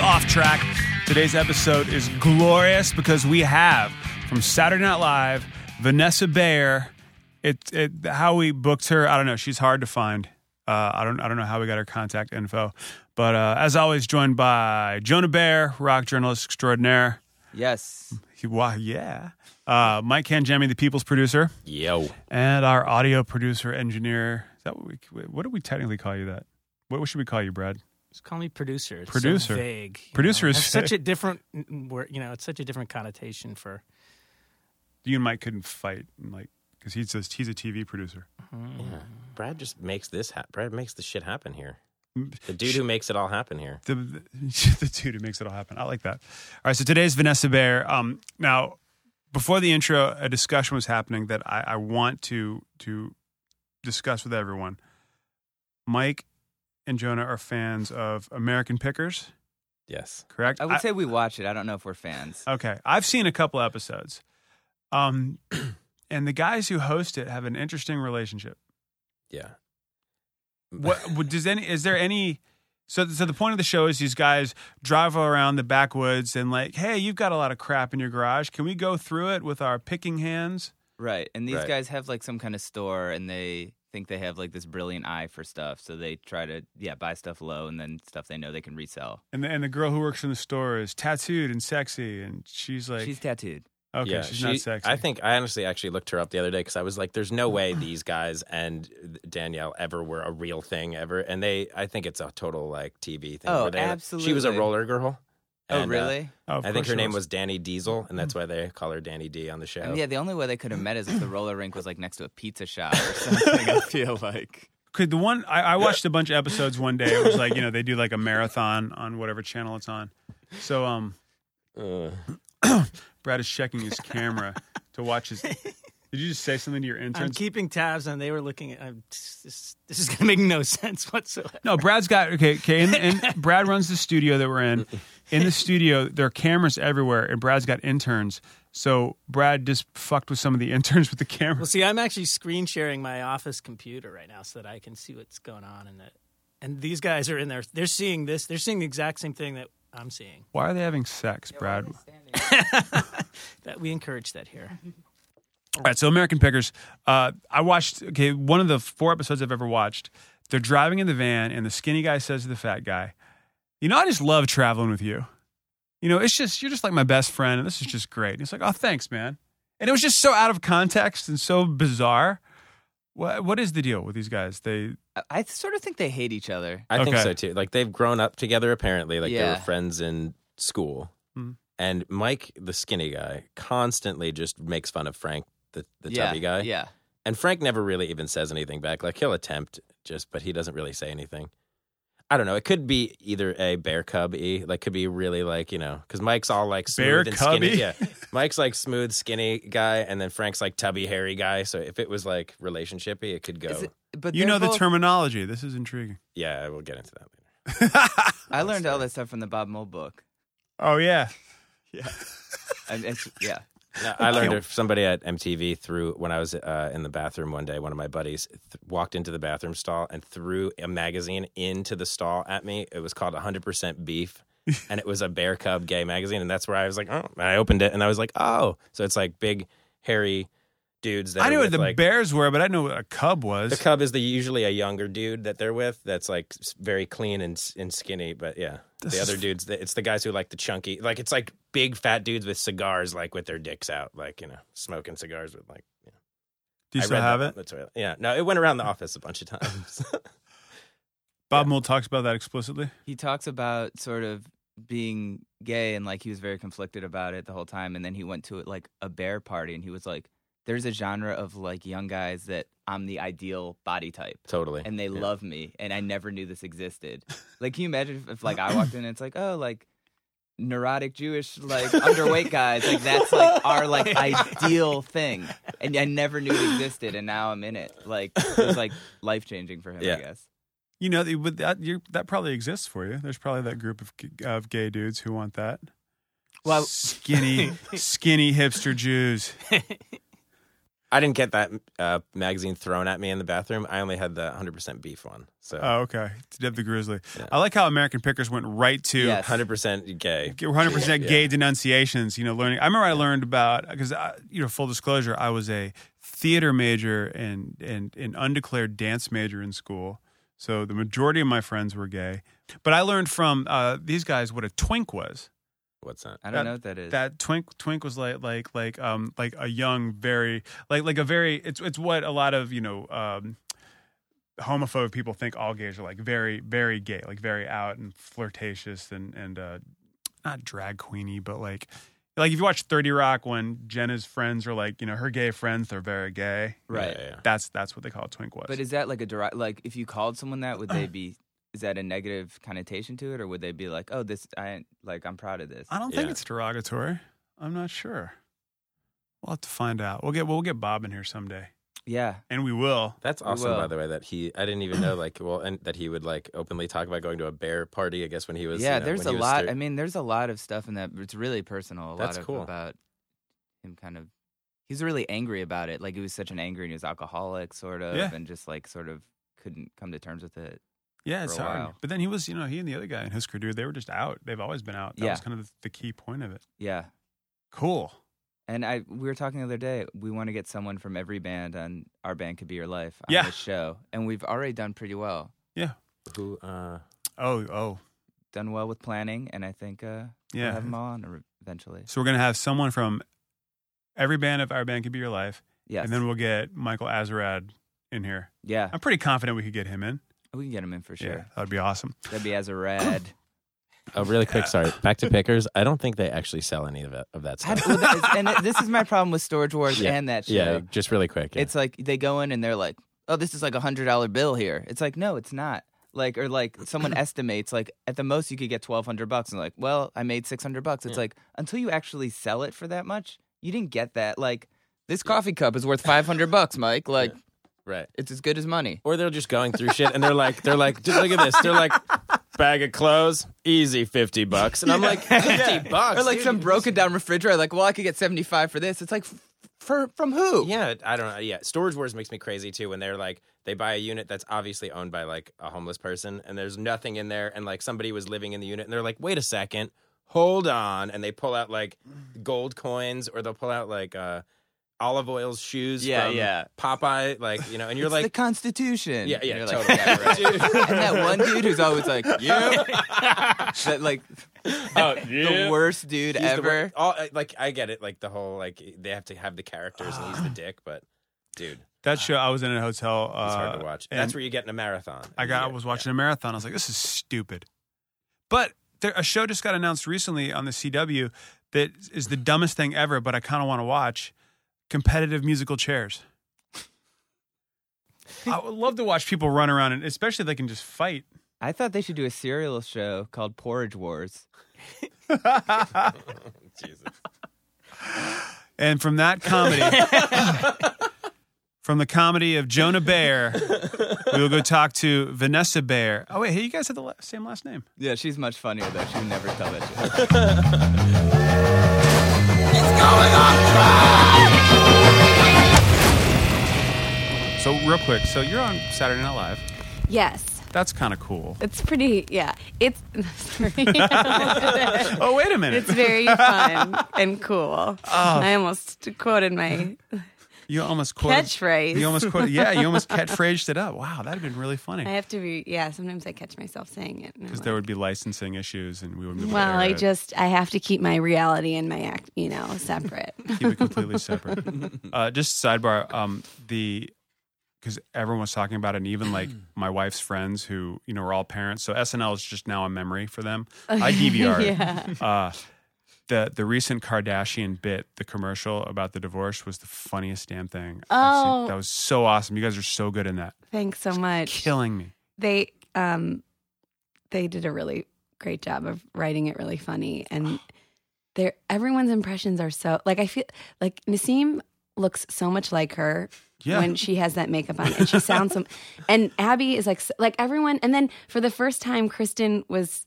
off track. Today's episode is glorious because we have from Saturday Night Live Vanessa Bayer. It, it how we booked her. I don't know. She's hard to find. Uh, I don't I don't know how we got her contact info. But uh, as always, joined by Jonah Bayer, rock journalist extraordinaire. Yes. He, wow, yeah. Uh, Mike Hanjemi, the People's producer, Yo. and our audio producer engineer. Is that what we? What do we technically call you? That? What, what should we call you, Brad? Just call me producer. It's so Producer. vague. you Producer know. is It's such a vague. different n- word. You know, it's such a different connotation for. You and Mike couldn't fight, and like, because he's just he's a TV producer. Yeah. Brad just makes this happen. Brad makes the shit happen here. The dude who makes it all happen here. the, the, the dude who makes it all happen. I like that. All right, so today's Vanessa Bayer. Um, now, before the intro, a discussion was happening that I, I want to to discuss with everyone. Mike and Jonah are fans of American Pickers, Yes. correct? I would I- say we watch it. I don't know if we're fans. okay. I've seen a couple episodes, um, and the guys who host it have an interesting relationship. Yeah. What what- does any? Is there any? So, so the point of the show is these guys drive around the backwoods and like, hey, you've got a lot of crap in your garage. Can we go through it with our picking hands? Right. And these Right. guys have like some kind of store and they think they have like this brilliant eye for stuff. So they try to, yeah, buy stuff low and then stuff they know they can resell. And the, and the girl who works in the store is tattooed and sexy, and she's like, She's tattooed. okay, yeah, she's she- not sexy. I think I honestly actually looked her up the other day because I was like, "There's no way these guys and Danielle ever were a real thing ever." And they, I think it's a total like TV thing. Oh, where they, She was a absolutely. roller girl. Oh, and, uh, really? Oh, of I think course her she Mm. name was Danny Diesel, and that's why they call her Danny D on the show. And yeah, the only way they could have met is if the roller rink was like next to a pizza shop or something, I feel like. Could the one I, I watched a bunch of episodes one day. It was like you know they do like a marathon on whatever channel it's on. So um, Ugh. Brad is checking his camera to watch his. Did you just say something to your I'm intern? keeping tabs, and they were looking at. I'm, this, this is going to make no sense whatsoever. No, Brad's got okay. Okay, and, and Brad runs the studio that we're in. In the studio, there are cameras everywhere, and Brad's got interns. So Brad just fucked with some of the interns with the Well, cameras. see, I'm actually screen sharing my office computer right now so that I can see what's going on in it. And these guys are in there. They're seeing this. They're seeing the exact same thing that I'm seeing. Why are they having sex, Brad? That we encourage that here. All right, so American Pickers. Uh, I watched okay one of the four episodes I've ever watched. They're driving in the van, and the skinny guy says to the fat guy, "You know, I just love traveling with you. You know, it's just you're just like my best friend, and this is just great." And it's like, "Oh, thanks, man." And it was just so out of context and so bizarre. What what is the deal with these guys? They I, I sort of think they hate each other. I think Okay. so too. Like they've grown up together apparently. Like they were Yeah. friends in school. Mhm. And Mike, the skinny guy, constantly just makes fun of Frank, the, the yeah, tubby guy. Yeah. And Frank never really even says anything back. Like he'll attempt just, but he doesn't really say anything. I don't know. It could be either a bear cubby, like could be really like you know, because Mike's all like smooth Bear and cubby? skinny. Yeah, Mike's like smooth, skinny guy, and then Frank's like tubby, hairy guy. So if it was like relationshipy, it could go. Is it- but you they're know the both- terminology. This is intriguing. yeah, we'll get into that later. I learned all that stuff from the Bob Mole book. oh yeah. And it's, yeah. No, Oh, I learned it from somebody at MTV threw when I was uh, in the bathroom one day. One of my buddies th- walked into the bathroom stall and threw a magazine into the stall at me. It was called 100% Beef, and it was a bear cub gay magazine. And that's where I was like, oh, and I opened it and I was like, oh, so it's like big hairy dudes. That I are knew what with, the like, bears were, but I didn't know what a cub was. The cub is the usually a younger dude that they're with. That's like s- very clean and s- and skinny, but yeah, the other dudes. th- It's the guys who like the chunky, like it's like big fat dudes with cigars, like with their dicks out, like you know, smoking cigars with like. You know. Do you I still read have that. it? That's right. Yeah, no, it went around the office a bunch of times. Bob Mould talks about that explicitly. he talks about sort of being gay and like he was very conflicted about it the whole time and then he went to like a bear party and he was like there's a genre of like young guys that I'm the ideal body type totally. and they love me and I never knew this existed. like can you imagine if, if like I walked in and it's like oh like neurotic Jewish like underweight guys like that's like our like ideal thing and I never knew it existed and now I'm in it. Like it was like life changing for him Yeah. I guess. You know, that- that you that probably exists for you. There's probably that group of g- of gay dudes who want that. Well, skinny, skinny hipster Jews. I didn't get that uh, magazine thrown at me in the bathroom. I only had the 100% beef one. So Oh, okay. To Deb the Grizzly. Yeah. I like how American Pickers went right to Yes. 100% gay. Get 100% Yeah. gay denunciations you know learning i remember i learned about because you know full disclosure i was a theater major and and an undeclared dance major in school so the majority of my friends were gay but i learned from uh, these guys what a twink was What's that? That- I don't know what that is. that twink twink was like like like um like a young very like like a very it's it's what a lot of you know um homophobe people think all gays are like very very gay like very out and flirtatious and and uh not drag queeny but like like if you watch 30 rock when jenna's friends are like you know her gay friends they're very gay right. Yeah, yeah. that's that's what they call a twink was But is that like a direct? Like, if you called someone that, would they be? Is that a negative connotation to it, or would they be like, "Oh, this, I like, I'm proud of this." i don't think Yeah. it's derogatory i'm not sure we'll have to find out we'll get we'll get bob in here someday Yeah, and we will That's We awesome, by will. the way, that he, I didn't even know, like, well, and that he would, like, openly talk about going to a bear party, I guess, when he was. yeah. you know, there's when a he was lot. thir- I mean, there's a lot of stuff in that. It's really personal. A That's lot of cool. about him. Kind of, he's really angry about it. Like he was such an angry, and he was alcoholic, sort of, Yeah. and just like sort of couldn't come to terms with it. Yeah, for it's a hard. while. But then he was, you know, he and the other guy in Husker Du, they were just out. They've always been out. That Yeah. was kind of the, the key point of it. Yeah. Cool. And I we were talking the other day. We want to get someone from every band on our band could be your life on Yeah. this show, and we've already done pretty well. Who, uh, Oh, oh, Done well with planning, and I think uh, we'll yeah. have them all on or- eventually. So we're gonna have someone from every band of our band could be your life, Yes. and then we'll get Michael Azarad in here. yeah, I'm pretty confident we could get him in. we can get him in for Yeah, sure. that'd be awesome. That'd be as a rad. oh, really quick, sorry. Back to Pickers. I don't think they actually sell any of, it, of that I- stuff. well, that is- and this is my problem with Storage Wars Yeah. and that show. yeah, just really quick. yeah. It's like they go in and they're like, "Oh, this is like a hundred dollar bill here." It's like, no, it's not. Like or like someone estimates like at the most you could get twelve hundred bucks and like, well, I made six hundred bucks. It's Yeah. like until you actually sell it for that much, you didn't get that. Like this coffee cup is worth five hundred bucks, Mike. Like right. it's as good as money. or they're just going through shit and they're like they're like "Dude, look at this they're like bag of clothes easy 50 bucks and i'm like 50 bucks Or like dude." some broken down refrigerator. Like, well, I could get seventy five for this. It's like, f- for from who? yeah i don't know yeah storage wars makes me crazy too when they're like they buy a unit that's obviously owned by like a homeless person and there's nothing in there and like somebody was living in the unit and they're like wait a second hold on and they pull out like gold coins or they'll pull out like uh olive oil's shoes Yeah, from yeah. popeye like you know and you're It's the like Constitution. yeah You're yeah like, totally yeah, right. Dude. and that one dude who's always like, "Yeah," that like Oh, the yeah. worst dude He's the ever. one- all- I- like I get it, like the whole like they have to have the characters and he's the dick, but dude, Uh, That show I was in a hotel. Uh, it's hard to watch. and That's where you get in a marathon. I got. I was watching a marathon. I was like, this is stupid. But there, a show just got announced recently on the CW that is the dumbest thing ever, but I kind of want to watch. Competitive musical chairs. I would love to watch people run around, and especially if they can just fight. I thought they should do a serial show called Porridge Wars. Jesus. And from that comedy, from the comedy of Jonah Bear, we will go talk to Vanessa Bear. Oh wait, hey, you guys have the la- same last name. Yeah, she's much funnier though. She would never tell that shit. So real quick, so you're on Saturday Night Live. Yes. That's kind of cool. It's pretty, yeah. It's sorry. Oh wait a minute, it's very fun and cool. I almost quoted my you almost quoted Catchphrase. You almost quoted, yeah, you almost catchphrased it up. Wow, that'd have been really I funny. have to be yeah, sometimes I catch myself saying it. and I'm Because like, there would be licensing issues, and we would. well, I just I have to keep my reality and my act, you know, separate. keep it completely separate. uh, just sidebar, um, the because everyone was talking about it, and even like my wife's friends who you know were all parents, so SNL is just now a memory for them. I DVR it. Oh, yeah. Uh, the the recent Kardashian bit, the commercial about the divorce, was the funniest damn thing. I've seen. Oh. that was so awesome! You guys are so good in that, Thanks so much. killing me. They um they did a really great job of writing it really funny and they're everyone's impressions are so like I feel like Nassim looks so much like her Yeah, when she has that makeup on and she sounds some and abby is like like everyone and then for the first time kristen was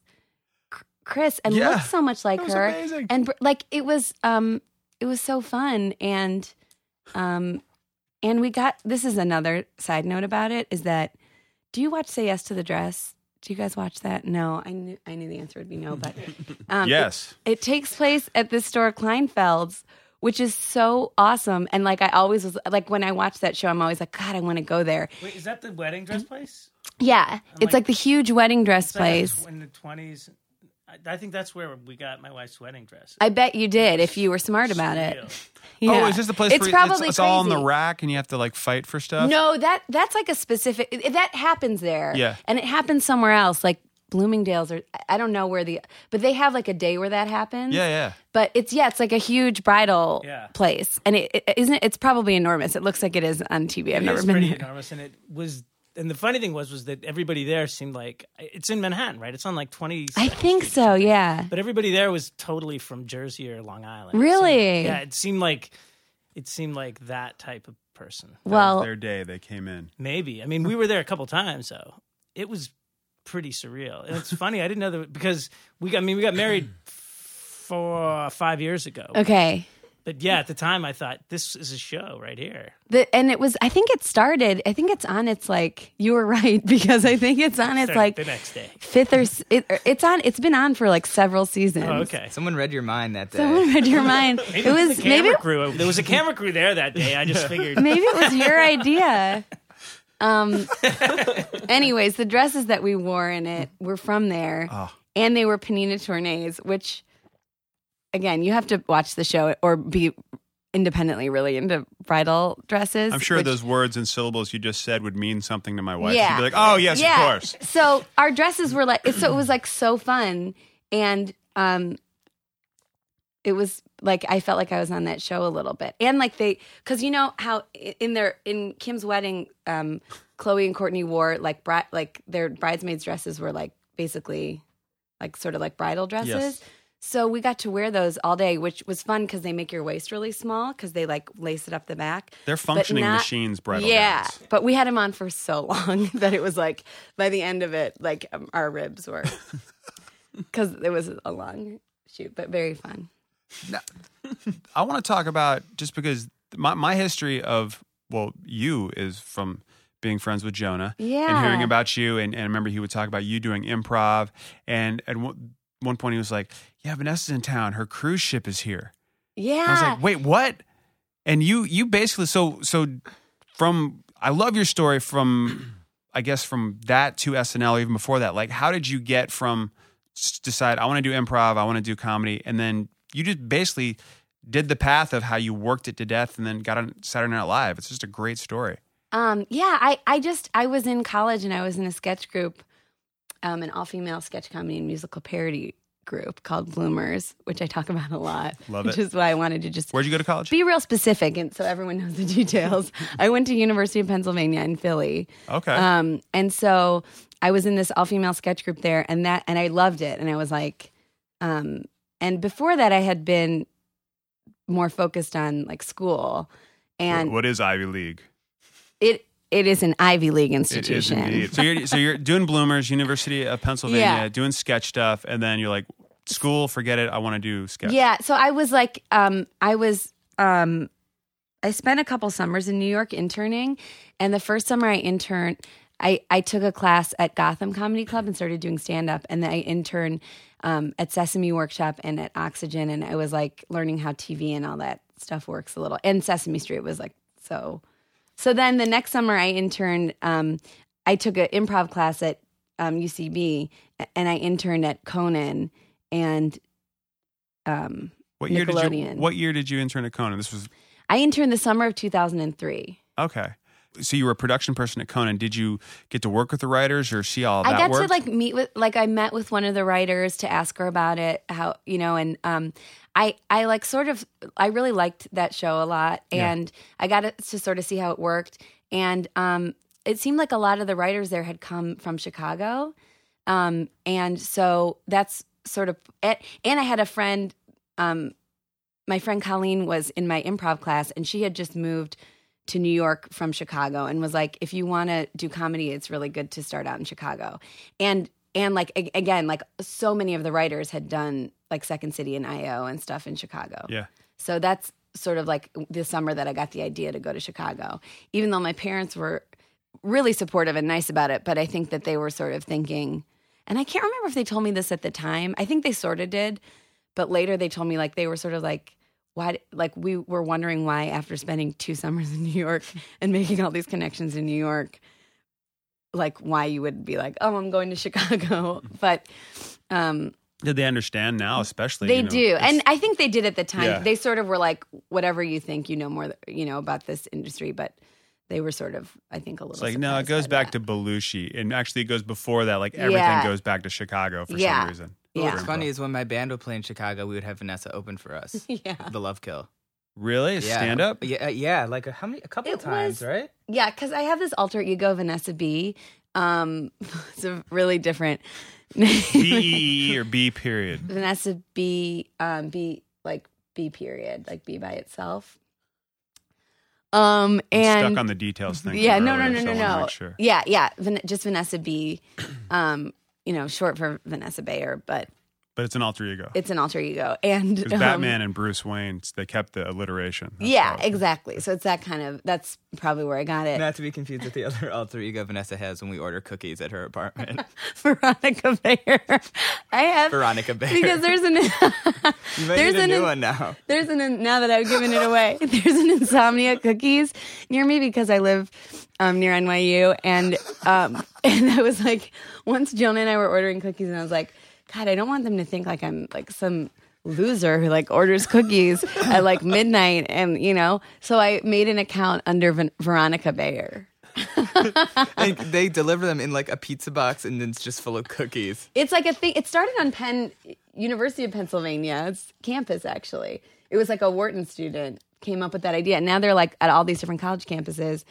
Cr- chris and Yeah. looked so much like That was her amazing. and br- like it was um it was so fun and um And we got this is another side note about it is that do you watch Say Yes to the Dress? Do you guys watch that? No, I knew I knew the answer would be no, but um, it- yes. it takes place at this store Kleinfeld's, which is so awesome. And like I always was like when I watch that show, I'm always like, God, I want to go there. Wait, is that the wedding dress place? Yeah, it's like- like the huge wedding dress It's like a place. tw- in the twenties. I, I think that's where we got my wife's wedding dress. I bet you did if you were smart about it. Real. Yeah. Oh, is this the place It's where probably it's, it's all on the crazy. rack and you have to like fight for stuff? No, that that's like a specific i- that happens there. Yeah. and it happens somewhere else, like Bloomingdale's or I- I don't know where the but they have like a day where that happens. Yeah, yeah. But it's yeah, it's like a huge bridal Yeah. place, and it, it isn't. It's probably enormous. It looks like it is on TV. I've It never was been pretty there. enormous, and it was. And the funny thing was, was that everybody there seemed like it's in Manhattan, right? It's on like twenty. I think so. Yeah. But everybody there was totally from Jersey or Long Island. It Really? seemed- yeah, it seemed like it seemed like that type of person. Well, Their day, they came in. Maybe. I mean, we were there a couple times though. It was pretty surreal. And it's funny, I didn't know that because we got I mean, we got married four five years ago. okay. But yeah, at the time I thought this is a show right here. The, and it was. I think it started. I think it's on. It's like you were right because I think it's on. It's Started like the next day. fifth or s- it, it's on. It's been on for like several seasons. Oh, okay. Someone read your mind that day. Someone read your mind. it Maybe was the camera maybe crew. There was a camera crew there that day. I just figured maybe it was your idea. Um. anyways, the dresses that we wore in it were from there, Oh. and they were Panina Tournays, which, again, you have to watch the show or be independently really into bridal dresses. I'm sure which- those words and syllables you just said would mean something to my wife. Yeah. She'd be like, oh, yes, of course. So our dresses were like, so it was like so fun, and um, it was like I felt like I was on that show a little bit, and like they, because you know how i- in their in Kim's wedding, um, Chloe and Courtney wore like bri- like their bridesmaids' dresses were like basically like sort of like bridal dresses. Yes. So we got to wear those all day, which was fun because they make your waist really small because they like lace it up the back. They're functioning not- machines, bridal Yeah, gowns. but we had him on for so long that it was like by the end of it, like um, our ribs were because it was a long shoot, but very fun. I want to talk about just because my, my history of, well, you is from being friends with Jonah and Yeah. hearing about you. And, and I remember he would talk about you doing improv. And at one, one point, he was like, yeah, Vanessa's in town. Her cruise ship is here. Yeah, And I was like, wait, what? And you you basically so so from I love your story from I guess from that to SNL even before that. Like, how did you get from s- decide I want to do improv, I want to do comedy, and then you just basically did the path of how you worked it to death and then got on Saturday Night Live. It's just a great story. Um, yeah, I, I just I was in college and I was in a sketch group, um, an all female sketch comedy and musical parody group called Bloomers, which I talk about a lot. Love which it. is why I wanted to just Where'd you go to college? be real specific and so everyone knows the details. I went to University of Pennsylvania in Philly. Okay. Um, and so I was in this all female sketch group there, and that, and I loved it. And I was like, um, and before that, I had been more focused on like school, and what is Ivy League? it it is an Ivy League It is institution. indeed. So you're so you're doing Bloomers, University of Pennsylvania, Yeah. doing sketch stuff, and then you're like, school, forget it. I want to do sketch. Yeah. So I was like, um, I was, um, I spent a couple summers in New York interning, and the first summer I interned, I I took a class at Gotham Comedy Club and started doing stand up, and then I interned um, at Sesame Workshop and at Oxygen, and I was like learning how TV and all that stuff works a little, and Sesame Street was like so. So then the next summer I interned. Um, I took an improv class at um, UCB, a- and I interned at Conan, and um, What year did you? Nickelodeon. What year did you intern at Conan? This was I interned the summer of 2003. okay. So you were a production person at Conan. Did you get to work with the writers or see all I that got work? to like meet with like I met with one of the writers to ask her about it how you know and um I I like sort of I really liked that show a lot Yeah. and I got to- to sort of see how it worked and um it seemed like a lot of the writers there had come from Chicago um and so that's sort of it and I had a friend um my friend Colleen was in my improv class and she had just moved to New York from Chicago and was like, if you want to do comedy, it's really good to start out in Chicago. And and like a- again, like so many of the writers had done like Second City and IO and stuff in Chicago. Yeah. So that's sort of like the summer that I got the idea to go to Chicago, even though my parents were really supportive and nice about it. But I think that they were sort of thinking, and I can't remember if they told me this at the time. I think they sort of did, but later they told me like they were sort of like, why, like we were wondering why after spending two summers in New York and making all these connections in New York, like why you would be like, oh, I'm going to Chicago. But, um, Did they understand now, especially? they you know, do, it's- and I think they did at the time. Yeah. They sort of were like, "Whatever you think, you know more, th- you know about this industry." But they were sort of, I think, a little. It's like no, it surprised goes by back that. to Belushi, and actually it goes before that. Like everything Yeah. goes back to Chicago for Yeah. some reason. Yeah. What's funny is when my band would play in Chicago, we would have Vanessa open for us. yeah, The Love Kill. Really, Yeah. stand up. Yeah, uh, yeah. Like a, how many? A couple It times, was- right? yeah, because I have this alter ego, Vanessa B. Um, it's a really different B name, E E or B period. Vanessa B. Um, B like B period, like B by itself. Um, I'm and stuck on the details thing. yeah from no no earlier, so no no I wanna no make sure. yeah yeah Van- just vanessa b um you know short for vanessa bayer but But it's an alter ego. it's an alter ego and Because um, Batman Oh, and Bruce Wayne, they kept the alliteration. That's yeah probably- exactly so it's that kind of that's probably where i got it Not to be confused with the other alter ego Vanessa has when we order cookies at her apartment. veronica bayer i have Veronica Bayer. because there's an You might there's need a an new one now. There's an now that I've given it away. There's an insomnia cookies near me because I live um, near NYU, and um, and I was like, once Jonah and I were ordering cookies, and I was like, God, I don't want them to think like I'm like some loser who like orders cookies at like midnight, and you know. So I made an account under Ven- Veronica Bayer. They, they deliver them in like a pizza box and then it's just full of cookies. It's like a thing. It started on Penn University of Pennsylvania's campus. Actually, it was like a Wharton student came up with that idea. And now they're like at all these different college campuses,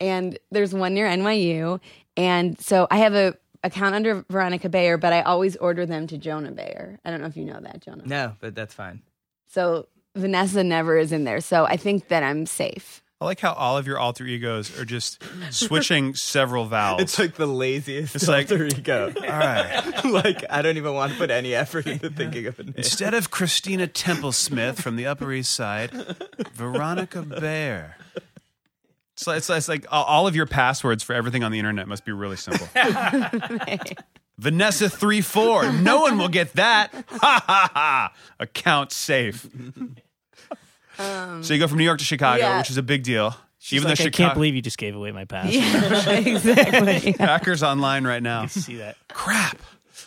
and there's one near NYU. And so I have a account under Veronica Bayer, but I always order them to Jonah Bayer. I don't know if you know that, Jonah. No, but that's fine. So Vanessa never is in there. So I think that I'm safe. I like how all of your alter egos are just switching several vowels. It's like the laziest It's like- alter ego. all right. like I don't even want to put any effort into thinking of a name. Instead of Christina Temple Smith from the Upper East Side, Veronica Bear. It's like, it's like- it's like all- all of your passwords for everything on the internet must be really simple. Vanessa three four. No one will get that. Ha ha ha. Account safe. so you go from New York to Chicago, yeah. which is a big deal. She's like, I can't believe you just gave away my pass. Yeah, exactly. Packers online right now. See that? crap.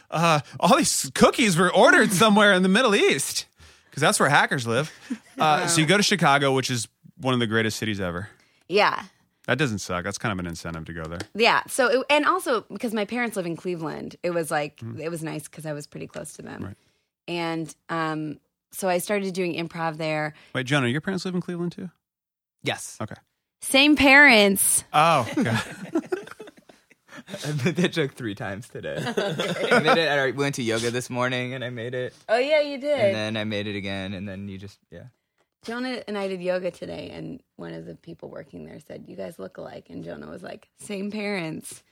Uh, all these cookies were ordered somewhere in the Middle East because that's where hackers live. Uh, so you go to Chicago, which is one of the greatest cities ever. yeah. That doesn't suck. That's kind of an incentive to go there. Yeah. So, it, and also because my parents live in Cleveland, it was like, Mm-hmm. it was nice because I was pretty close to them. And um, so I started doing improv there. Wait, Jonah, your parents live in Cleveland too? Yes. Okay. Same parents. Oh, God. I made that joke three times today. I made it. I went to yoga this morning and I made it. Oh, yeah, you did. And then I made it again. And then you just, yeah. Jonah and I did yoga today, and one of the people working there said, You guys look alike. And Jonah was like, Same parents.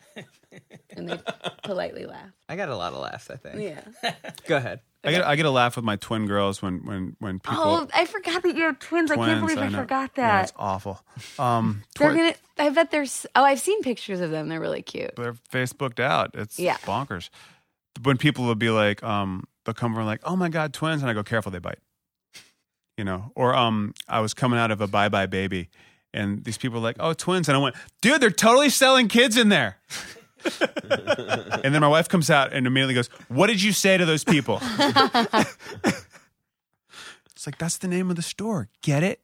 and they politely laughed. I got a lot of laughs, I think. Yeah. Go ahead. I get I get a laugh with my twin girls when when when people Oh, I forgot that you have twins. I can't twins, believe I, know. forgot Yeah, that. it's awful. Um, they're twi- gonna. I bet they're. s- Oh, I've seen pictures of them. They're really cute. they're Facebooked out. It's Yeah. bonkers. When people will be like, um, they'll come over and like, oh my god, twins, and I go, careful, they bite. You know, or um, I was coming out of a Bye Bye Baby, and these people were like, oh, twins, and I went, dude, they're totally selling kids in there. and then my wife comes out and immediately goes, "What did you say to those people?" it's like that's the name of the store. Get it?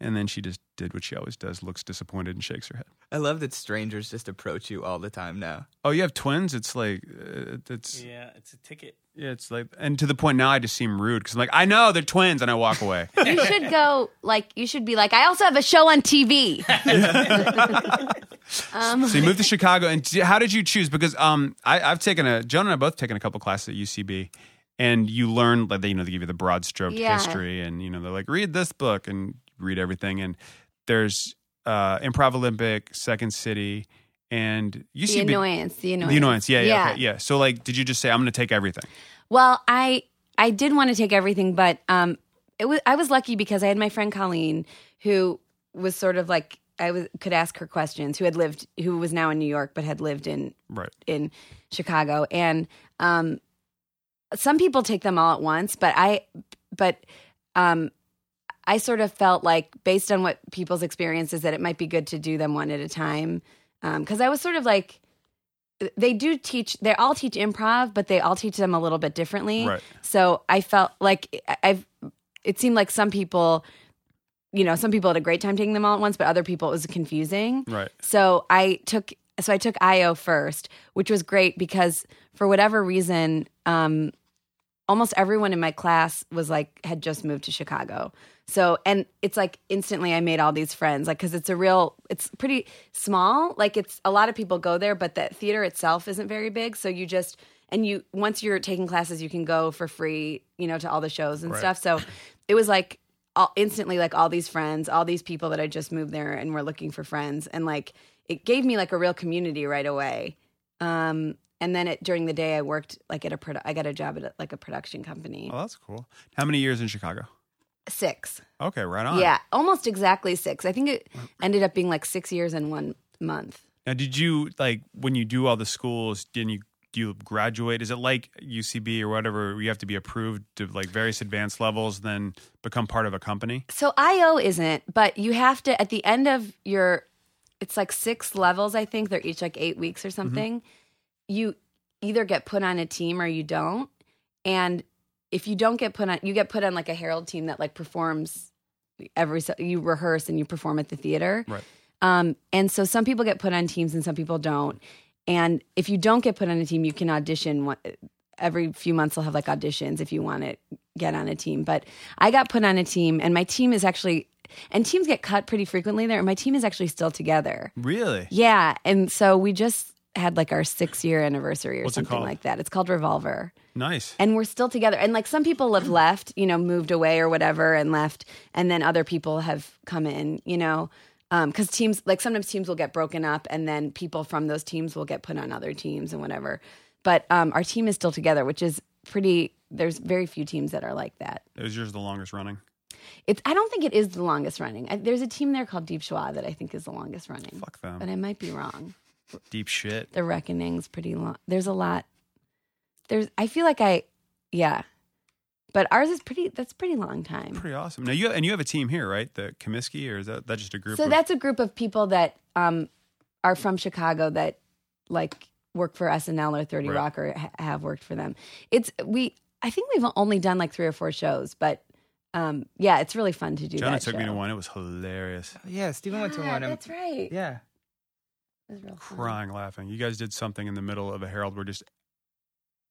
And then she just did what she always does: looks disappointed and shakes her head. I love that strangers just approach you all the time now. Oh, you have twins? It's like uh, it's Yeah, it's a ticket. yeah, it's like and to the point now I just seem rude because I'm like I know they're twins and I walk away. You should go like you should be like I also have a show on TV. um, so you moved to Chicago and d- how did you choose? Because um I, I've taken a Joan and I both taken a couple classes at UCB and you learn like they you know they give you the broad stroke Yeah. history and you know they're like read this book and read everything and there's uh Improv Olympic, Second City, and the UCB. annoyance, the annoyance, The annoyance, yeah, yeah, okay, yeah. So, like, did you just say I'm going to take everything? Well, I I did want to take everything, but um, it was I was lucky because I had my friend Colleen who was sort of like I was could ask her questions who had lived who was now in New York but had lived in Right. in Chicago and um some people take them all at once but I but um I sort of felt like based on what people's experiences that it might be good to do them one at a time um cuz I was sort of like they do teach they all teach improv but they all teach them a little bit differently Right. so I felt like I- I've. It seemed like some people, you know, some people had a great time taking them all at once, but other people it was confusing. Right. So I took so I took IO first, which was great because for whatever reason, um, almost everyone in my class was like had just moved to Chicago. So and it's like instantly I made all these friends, like because it's a real, it's pretty small. Like it's a lot of people go there, but the theater itself isn't very big. So you just and you once you're taking classes, you can go for free, you know, to all the shows and Right. stuff. So it was like all instantly like all these friends, all these people that I just moved there and were looking for friends, and like it gave me like a real community right away. Um, and then it, during the day, I worked like at a produ- I got a job at a, like a production company. Oh, that's cool. How many years in Chicago? Six, Okay, right on. yeah, almost exactly six. I think it ended up being like six years and one month. Now, did you like when you do all the schools? Didn't you? Do you graduate? Is it like UCB or whatever? You have to be approved to like various advanced levels, then become part of a company. So IO isn't, but you have to at the end of your it's like six levels, I think. They're each like eight weeks or something. You either get put on a team or you don't. And if you don't get put on you get put on like a Herald team that like performs every so you rehearse and you perform at the theater. Right. Um and so some people get put on teams and some people don't. And if you don't get put on a team, you can audition one, every few months they'll have like auditions if you want to get on a team. But I got put on a team, and my team is actually, and teams get cut pretty frequently there. and My team is actually still together. Really? Yeah, and so we just had like our six year anniversary or What's it something called? like that. It's called Revolver, Nice. and we're still together. And like some people have left, you know, moved away or whatever, and left, and then other people have come in, you know. Because teams, like sometimes teams will get broken up, and then people from those teams will get put on other teams and whatever. But um, our team is still together, which is pretty. There's very few teams that are like that. Is yours the longest running? It's. I don't think it is the longest running. I, there's a team there called Deep Schwa that I think is the longest running, Fuck them. but I might be wrong. Deep shit. The Reckoning's pretty long. There's a lot. There's. I feel like I. Yeah, but ours is pretty. That's a pretty long time. Pretty awesome. Now you have, and you have a team here, right? The Comiskey, or is that that just a group? so of, that's a group of people that um are from Chicago that like work for SNL or Thirty Right. Rock or ha- have worked for them. It's we. I think we've only done like three or four shows, but um yeah, it's really fun to do. Jonah that took me to show. one. It was hilarious. Yeah, Steven went to Yeah, one. I'm- That's right. Yeah. It was real fun. Crying, laughing. You guys did something in the middle of a Herald where just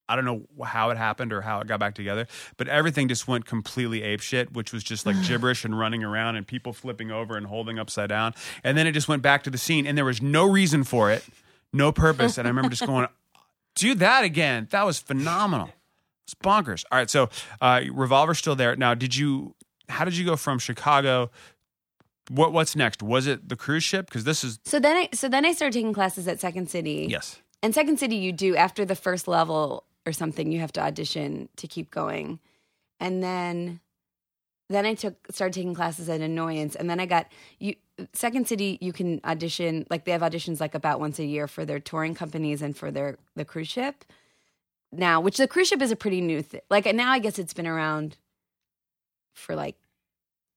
I don't know how it happened or how it got back together, but everything just went completely ape shit, which was just like gibberish and running around and people flipping over and holding upside down. And then it just went back to the scene and there was no reason for it, no purpose. And I remember just going, do that again. That was phenomenal. It's bonkers. All right. So, uh, Revolver's still there. Now, did you, how did you go from Chicago? What, what's next? Was it the cruise ship? Because this is, So then I so then I started taking classes at Second City. yes. And Second City you do after the first level or something you have to audition to keep going. And then then I took started taking classes at Annoyance and then I got you Second City you can audition like they have auditions like about once a year for their touring companies and for their the cruise ship. Now, which the cruise ship is a pretty new thing. Like now I guess it's been around for like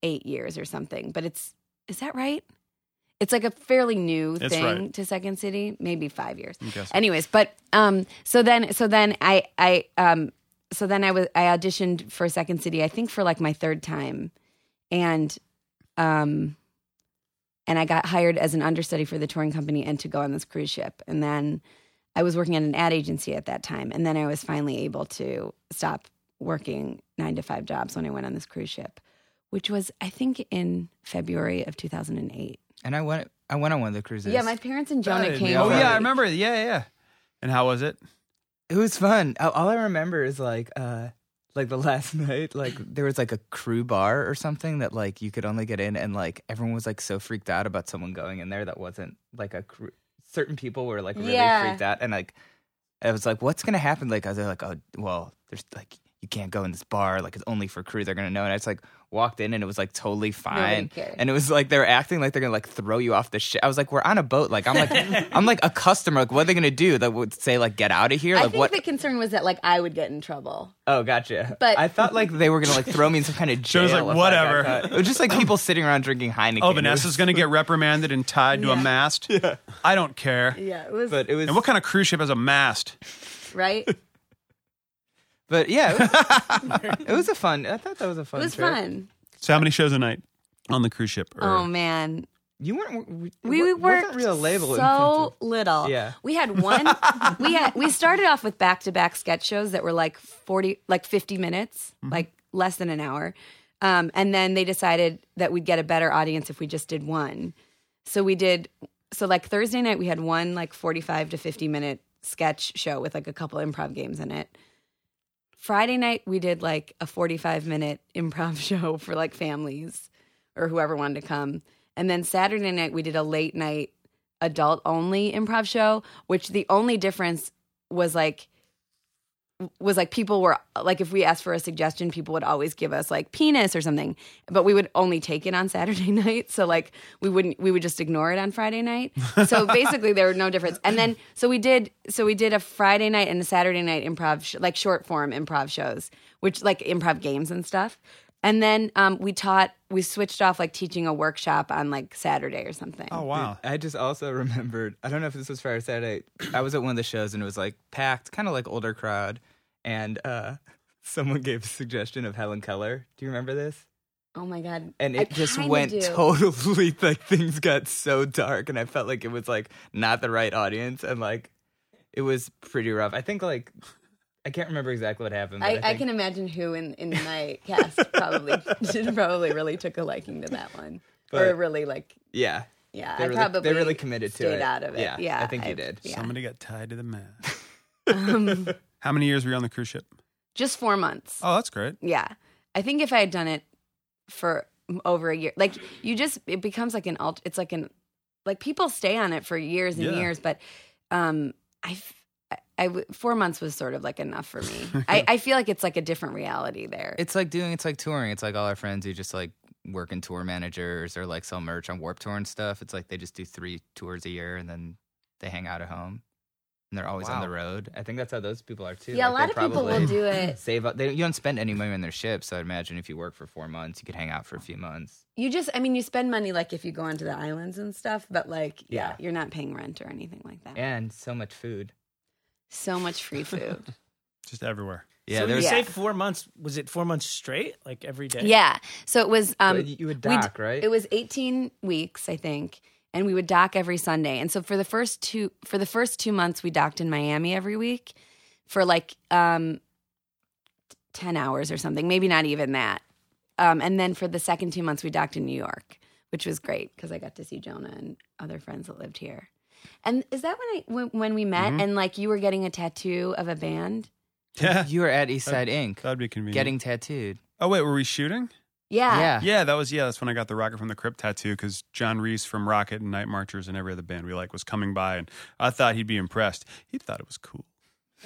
8 years or something, but it's is that right? It's like a fairly new That's thing right. to Second City, maybe 5 years I'm guessing. anyways but um so then so then i i um so then i was i auditioned for second city i think for like my third time and um and i got hired as an understudy for the touring company and to go on this cruise ship and then i was working at an ad agency at that time and then i was finally able to stop working nine to five jobs when i went on this cruise ship which was i think in february of 2008 And I went. I went on one of the cruises. yeah my parents and That jonah is- came Oh over. yeah, I remember. it. Yeah, yeah. And how was it? It was fun. All- All I remember is like, uh, like the last night, like there was like a crew bar or something that like you could only get in, and like everyone was like so freaked out about someone going in there that wasn't like a crew. Certain people were like really Yeah. freaked out, and like I was like, what's gonna happen? Like I was like, oh well, there's like you can't go in this bar. Like, it's only for crew. They're going to know. And I just like walked in and it was like totally fine. cared. And it was like, they're acting like they're going to like throw you off the ship. I was like, we're on a boat. Like, I'm like, I'm like a customer. Like, what are they going to do? That would say, like, get out of here? I Like, think what? the concern was that like I would get in trouble. Oh, gotcha. But- I thought like they were gonna like throw me in some kind of jail. was like, if I got whatever. caught. It was just like people sitting around drinking Heineken. Oh, Vanessa's going to get reprimanded and tied to a Yeah. mast. I don't care. Yeah, it was But it was. And what kind of cruise ship has a mast? right. It But yeah, it was, it was a fun. I thought that was a fun. was trip. fun. So how many shows a night on the cruise ship? Or- Um, Oh man, You weren't. We, we, it we wasn't worked real label so little. Yeah. we had one. we had we started off with back to back sketch shows that were like forty, like fifty minutes, like less than an hour, um, and then they decided that we'd get a better audience if we just did one. So we did. So like Thursday night, we had one like forty-five to fifty minute sketch show with like a couple improv games in it. Friday night, we did like a forty-five minute improv show for like families or whoever wanted to come. And then Saturday night, we did a late night adult only improv show, which the only difference was like, was like people were like, if we asked for a suggestion, people would always give us like penis or something, but we would only take it on Saturday night. So, like, we wouldn't, we would just ignore it on Friday night. So, basically, there were no difference. And then, so we did, so we did a Friday night and a Saturday night improv, sh- like short form improv shows, which like improv games and stuff. And then um, we taught, we switched off like teaching a workshop on like Saturday or something. oh wow. I just also remembered. I don't know if this was Friday or Saturday. I was at one of the shows and it was like packed, kind of like older crowd, and uh someone gave a suggestion of Helen Keller. Do you remember this? Oh my god! and I it just kinda went do. totally like things got so dark and i felt like it was like not the right audience and like it was pretty rough i think like i can't remember exactly what happened but I, i, I think- can imagine who in, in my cast probably probably really took a liking to that one, or But- really like yeah yeah. They I really- probably they really committed to stayed it. out of it. Yeah, Yeah, I think you did. Yeah. Somebody got tied to the mast. how many years were you on the cruise ship? Just four months. Oh, that's great. Yeah, I think if I had done it for m- over a year, like you just it becomes like an alt. It's like an like people stay on it for years and Yeah. years, but um, I. f- I- I w- four months was sort of like enough for me. I, I feel like it's like a different reality there. it's like doing it's like touring it's like all our friends who just like work in tour managers or like sell merch on warp tour and stuff it's like they just do three tours a year and then they hang out at home and they're always on the road i think that's how those people are too Like, yeah, a lot they of people will probably- do it. save up. They, you don't spend any money on their ship, so I'd imagine if you work for four months, you could hang out for a few months. You just, I mean, you spend money like if you go onto the islands and stuff, but like, yeah, Yeah. you're not paying rent or anything like that. And so much food. So much free food. Just everywhere. Yeah, so when you there's. Yeah. say four months, was it four months straight? Like every day? yeah. So it was, um, But you would we d- dock, right? It was 18 weeks, I think. And we would dock every Sunday. And so for the first two, for the first two months, we docked in Miami every week for like, um, 10 hours or something, maybe not even that. Um, and then for the second two months, we docked in New York, which was great because I got to see Jonah and other friends that lived here. And is that when I when, when we met and like you were getting a tattoo of a band? Yeah, You were at Eastside Inc. that'd be convenient. getting tattooed. oh wait, were we shooting? Yeah. Yeah. Yeah, that was yeah. That's when I got the Rocket from the Crypt tattoo because John Reese from Rocket and Night Marchers and every other band we like was coming by, and I thought he'd be impressed. He thought it was cool,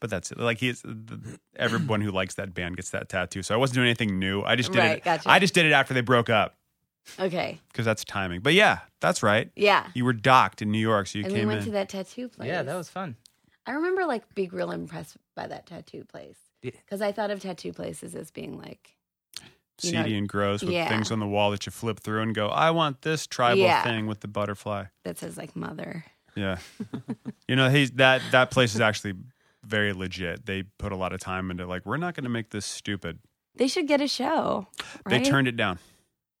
but that's it. Like he's the, everyone who likes that band gets that tattoo. So I wasn't doing anything new. I just did Right, it. gotcha. I just did it after they broke up Okay. because that's timing. But yeah, that's right. Yeah. You were docked in New York, so you and we came went in. to that tattoo place. Yeah, that was fun. I remember like being real impressed by that tattoo place Yeah. because I thought of tattoo places as being like you seedy know, and gross with yeah. things on the wall that you flip through and go, I want this tribal Yeah. thing with the butterfly. that says like mother. Yeah. you know, he's that that place is actually very legit. They put a lot of time into like, we're not gonna make this stupid. They should get a show. Right? They turned it down.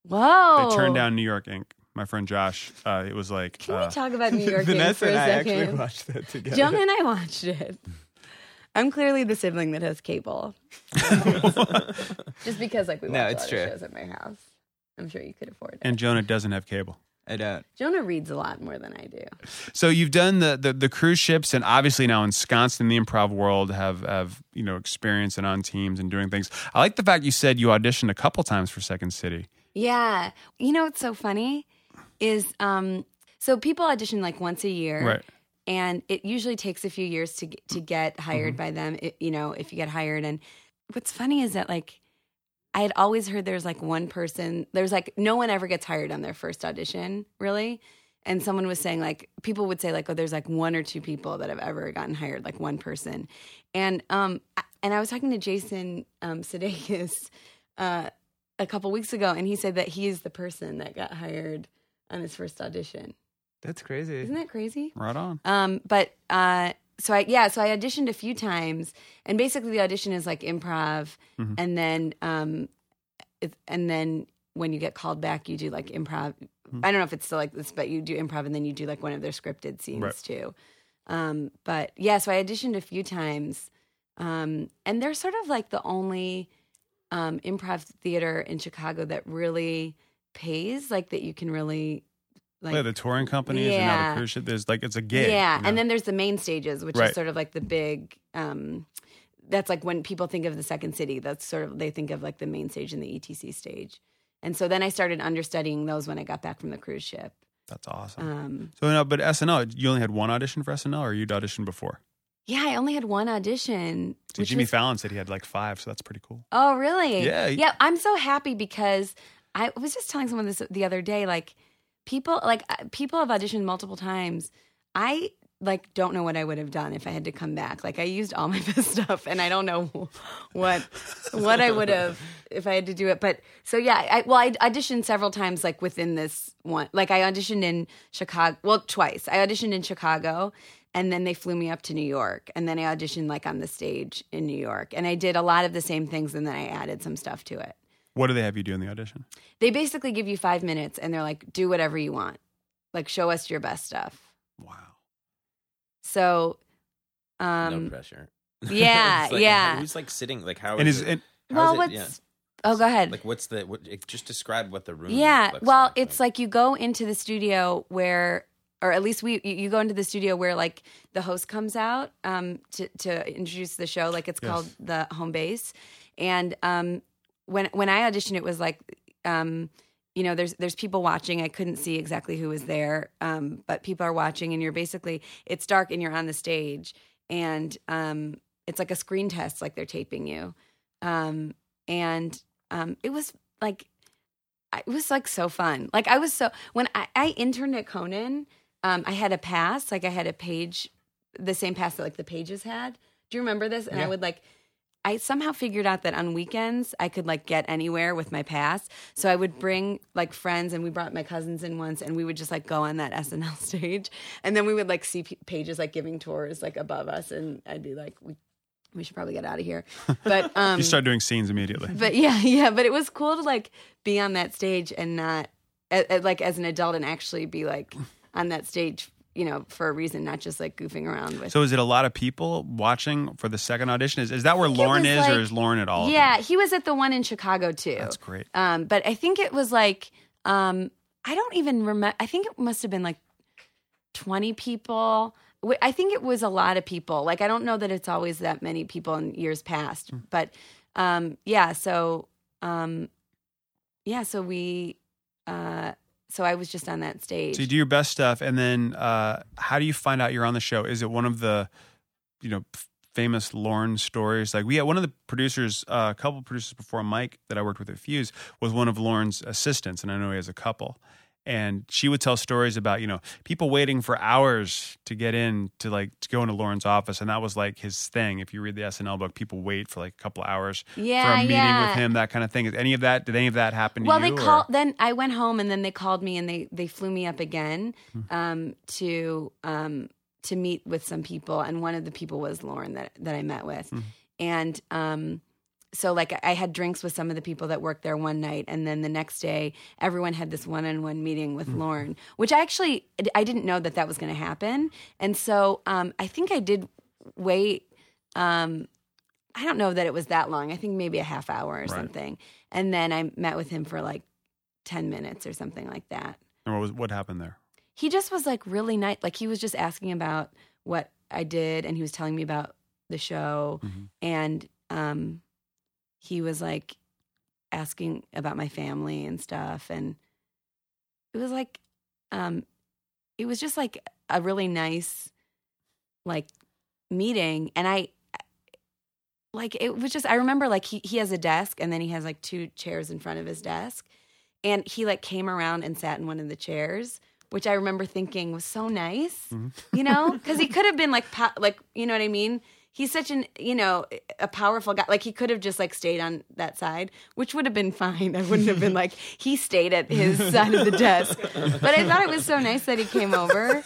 Whoa. They turned down New York Inc. My friend Josh, uh, it was like Can uh, we talk about New York Inc. for a second? watched that together. Jonah and I watched it. I'm clearly the sibling that has cable. Just because like we watch No, a it's lot true. of shows at my house. I'm sure you could afford it. and Jonah doesn't have cable. I don't. Jonah reads a lot more than I do. So you've done the, the the cruise ships, and obviously now ensconced in the improv world, have have you know experience and on teams and doing things. I like the fact you said you auditioned a couple times for Second City. Yeah. You know what's so funny is um so people audition like once a year. Right. and it usually takes a few years to get- to get hired by them. It, you know, if you get hired, and what's funny is that like I had always heard there's like one person, there's like no one ever gets hired on their first audition, really. And someone was saying like people would say like oh there's like one or two people that have ever gotten hired like one person, and um I- and I was talking to Jason um Sudeikis, uh a couple weeks ago and he said that he is the person that got hired on his first audition. That's crazy. Isn't that crazy? Right on. Um, but uh, so I yeah, so I auditioned a few times, and basically the audition is like improv, Mhm. and then um, it, and then when you get called back, you do like improv. Hmm. I don't know if it's still like this, but you do improv, and then you do like one of their scripted scenes Right. too. Um, but yeah, so I auditioned a few times, um, and they're sort of like the only um, improv theater in Chicago that really pays, like that you can really like yeah, the touring companies and now Yeah. the cruise ship. There's like it's a gig. yeah, you know? and then there's the main stages, which Right. is sort of like the big. Um, that's like when people think of the second city. That's sort of they think of like the main stage and the ETC stage. And so then I started understudying those when I got back from the cruise ship. that's awesome. Um, so now, but SNL, you only had one audition for SNL, or you'd auditioned before? yeah, I only had one audition. See, which Jimmy was- Fallon said he had like five, so that's pretty cool. Oh, really? Yeah. Yeah, I'm so happy because I was just telling someone this the other day. Like, people, like uh, people have auditioned multiple times. I like don't know what I would have done if I had to come back. Like, I used all my best stuff, and I don't know what what I would have if I had to do it. But so yeah, I, well, I auditioned several times, like within this one. Like, I auditioned in Chicago. Well, twice. I auditioned in Chicago, and then they flew me up to New York, and then I auditioned like on the stage in New York, and I did a lot of the same things, and then I added some stuff to it. What do they have you do in the audition? They basically give you five minutes, and they're like, "Do whatever you want, like show us your best stuff." Wow. So, no um, pressure. yeah, It's like, yeah. how- Who's like sitting? Like how? And is is it? and, how well, is what's it- yeah. oh, go ahead. Like what's the? What, it- just describe what the room. Yeah. looks Well, like, it's like you go into the studio where, or at least we, you- you go into the studio where like the host comes out um, to to introduce the show. Like it's Yes. called the home base, and um, when when I auditioned, it was like. Um, you know, there's there's people watching. I couldn't see exactly who was there, um, but people are watching, and you're basically it's dark, and you're on the stage, and um, it's like a screen test, like they're taping you, um, and um, it was like I- it was like so fun. Like I was so when I, I interned at Conan, um, I had a pass, like I had a page, the same pass that like the pages had. Do you remember this? And I would like, I somehow figured out that on weekends I could like get anywhere with my pass. So I would bring like friends, and we brought my cousins in once, and we would just like go on that SNL stage, and then we would like see p- pages like giving tours like above us, and I'd be like, we, we should probably get out of here. But um, you start doing scenes immediately. but yeah, yeah. But it was cool to like be on that stage and not a- a- like as an adult and actually be like on that stage, you know, for a reason, not just like goofing around with. So is it a lot of people watching for the second audition? Is is that where think it Lauren was, is, or like- is Lauren at all? of yeah, them? he was at the one in Chicago too. that's great. Um, but I think it was like um, I don't even remember. I think it must have been like twenty people. Wh- I think it was a lot of people. Like I don't know that it's always that many people in years past, Hmm. but um, yeah. So um, yeah, so we. Uh, so I was just on that stage. So you do your best stuff, and then uh, how do you find out you're on the show? Is it one of the, you know, f- famous Lauren stories? Like we had one of the producers, uh, a couple producers before Mike that I worked with at Fuse was one of Lauren's assistants, and I know he has a couple. And she would tell stories about you know people waiting for hours to get in to like to go into Lauren's office, and that was like his thing. If you read the SNL book, people wait for like a couple hours for yeah, a meeting yeah. with him, that kind of thing. Is any of that? Did any of that happen to Well, you? or- they called. Then I went home, and then they called me, and they they flew me up again um, to um, to meet with some people, and one of the people was Lauren that that I met with, Mm-hmm. and um, so like I had drinks with some of the people that worked there one night, and then the next day everyone had this one on one meeting with Lauren, which I actually I didn't know that that was going to happen, and so um, I think I did wait. Um, I don't know that it was that long. I think maybe a half hour or something. And then I met with him for like 10 minutes or something like that. And what was what happened there? He just was like really nice. Like he was just asking about what I did and he was telling me about the show. Mhm. And um, he was like asking about my family and stuff. And it was like, um, it was just like a really nice like meeting and I like it was just I remember like he he has a desk and then he has like two chairs in front of his desk and he like came around and sat in one of the chairs which I remember thinking was so nice you know cuz he could have been like po- like you know what I mean he's such an you know a powerful guy like he could have just like stayed on that side which would have been fine i wouldn't have been like he stayed at his side of the desk but i thought it was so nice that he came over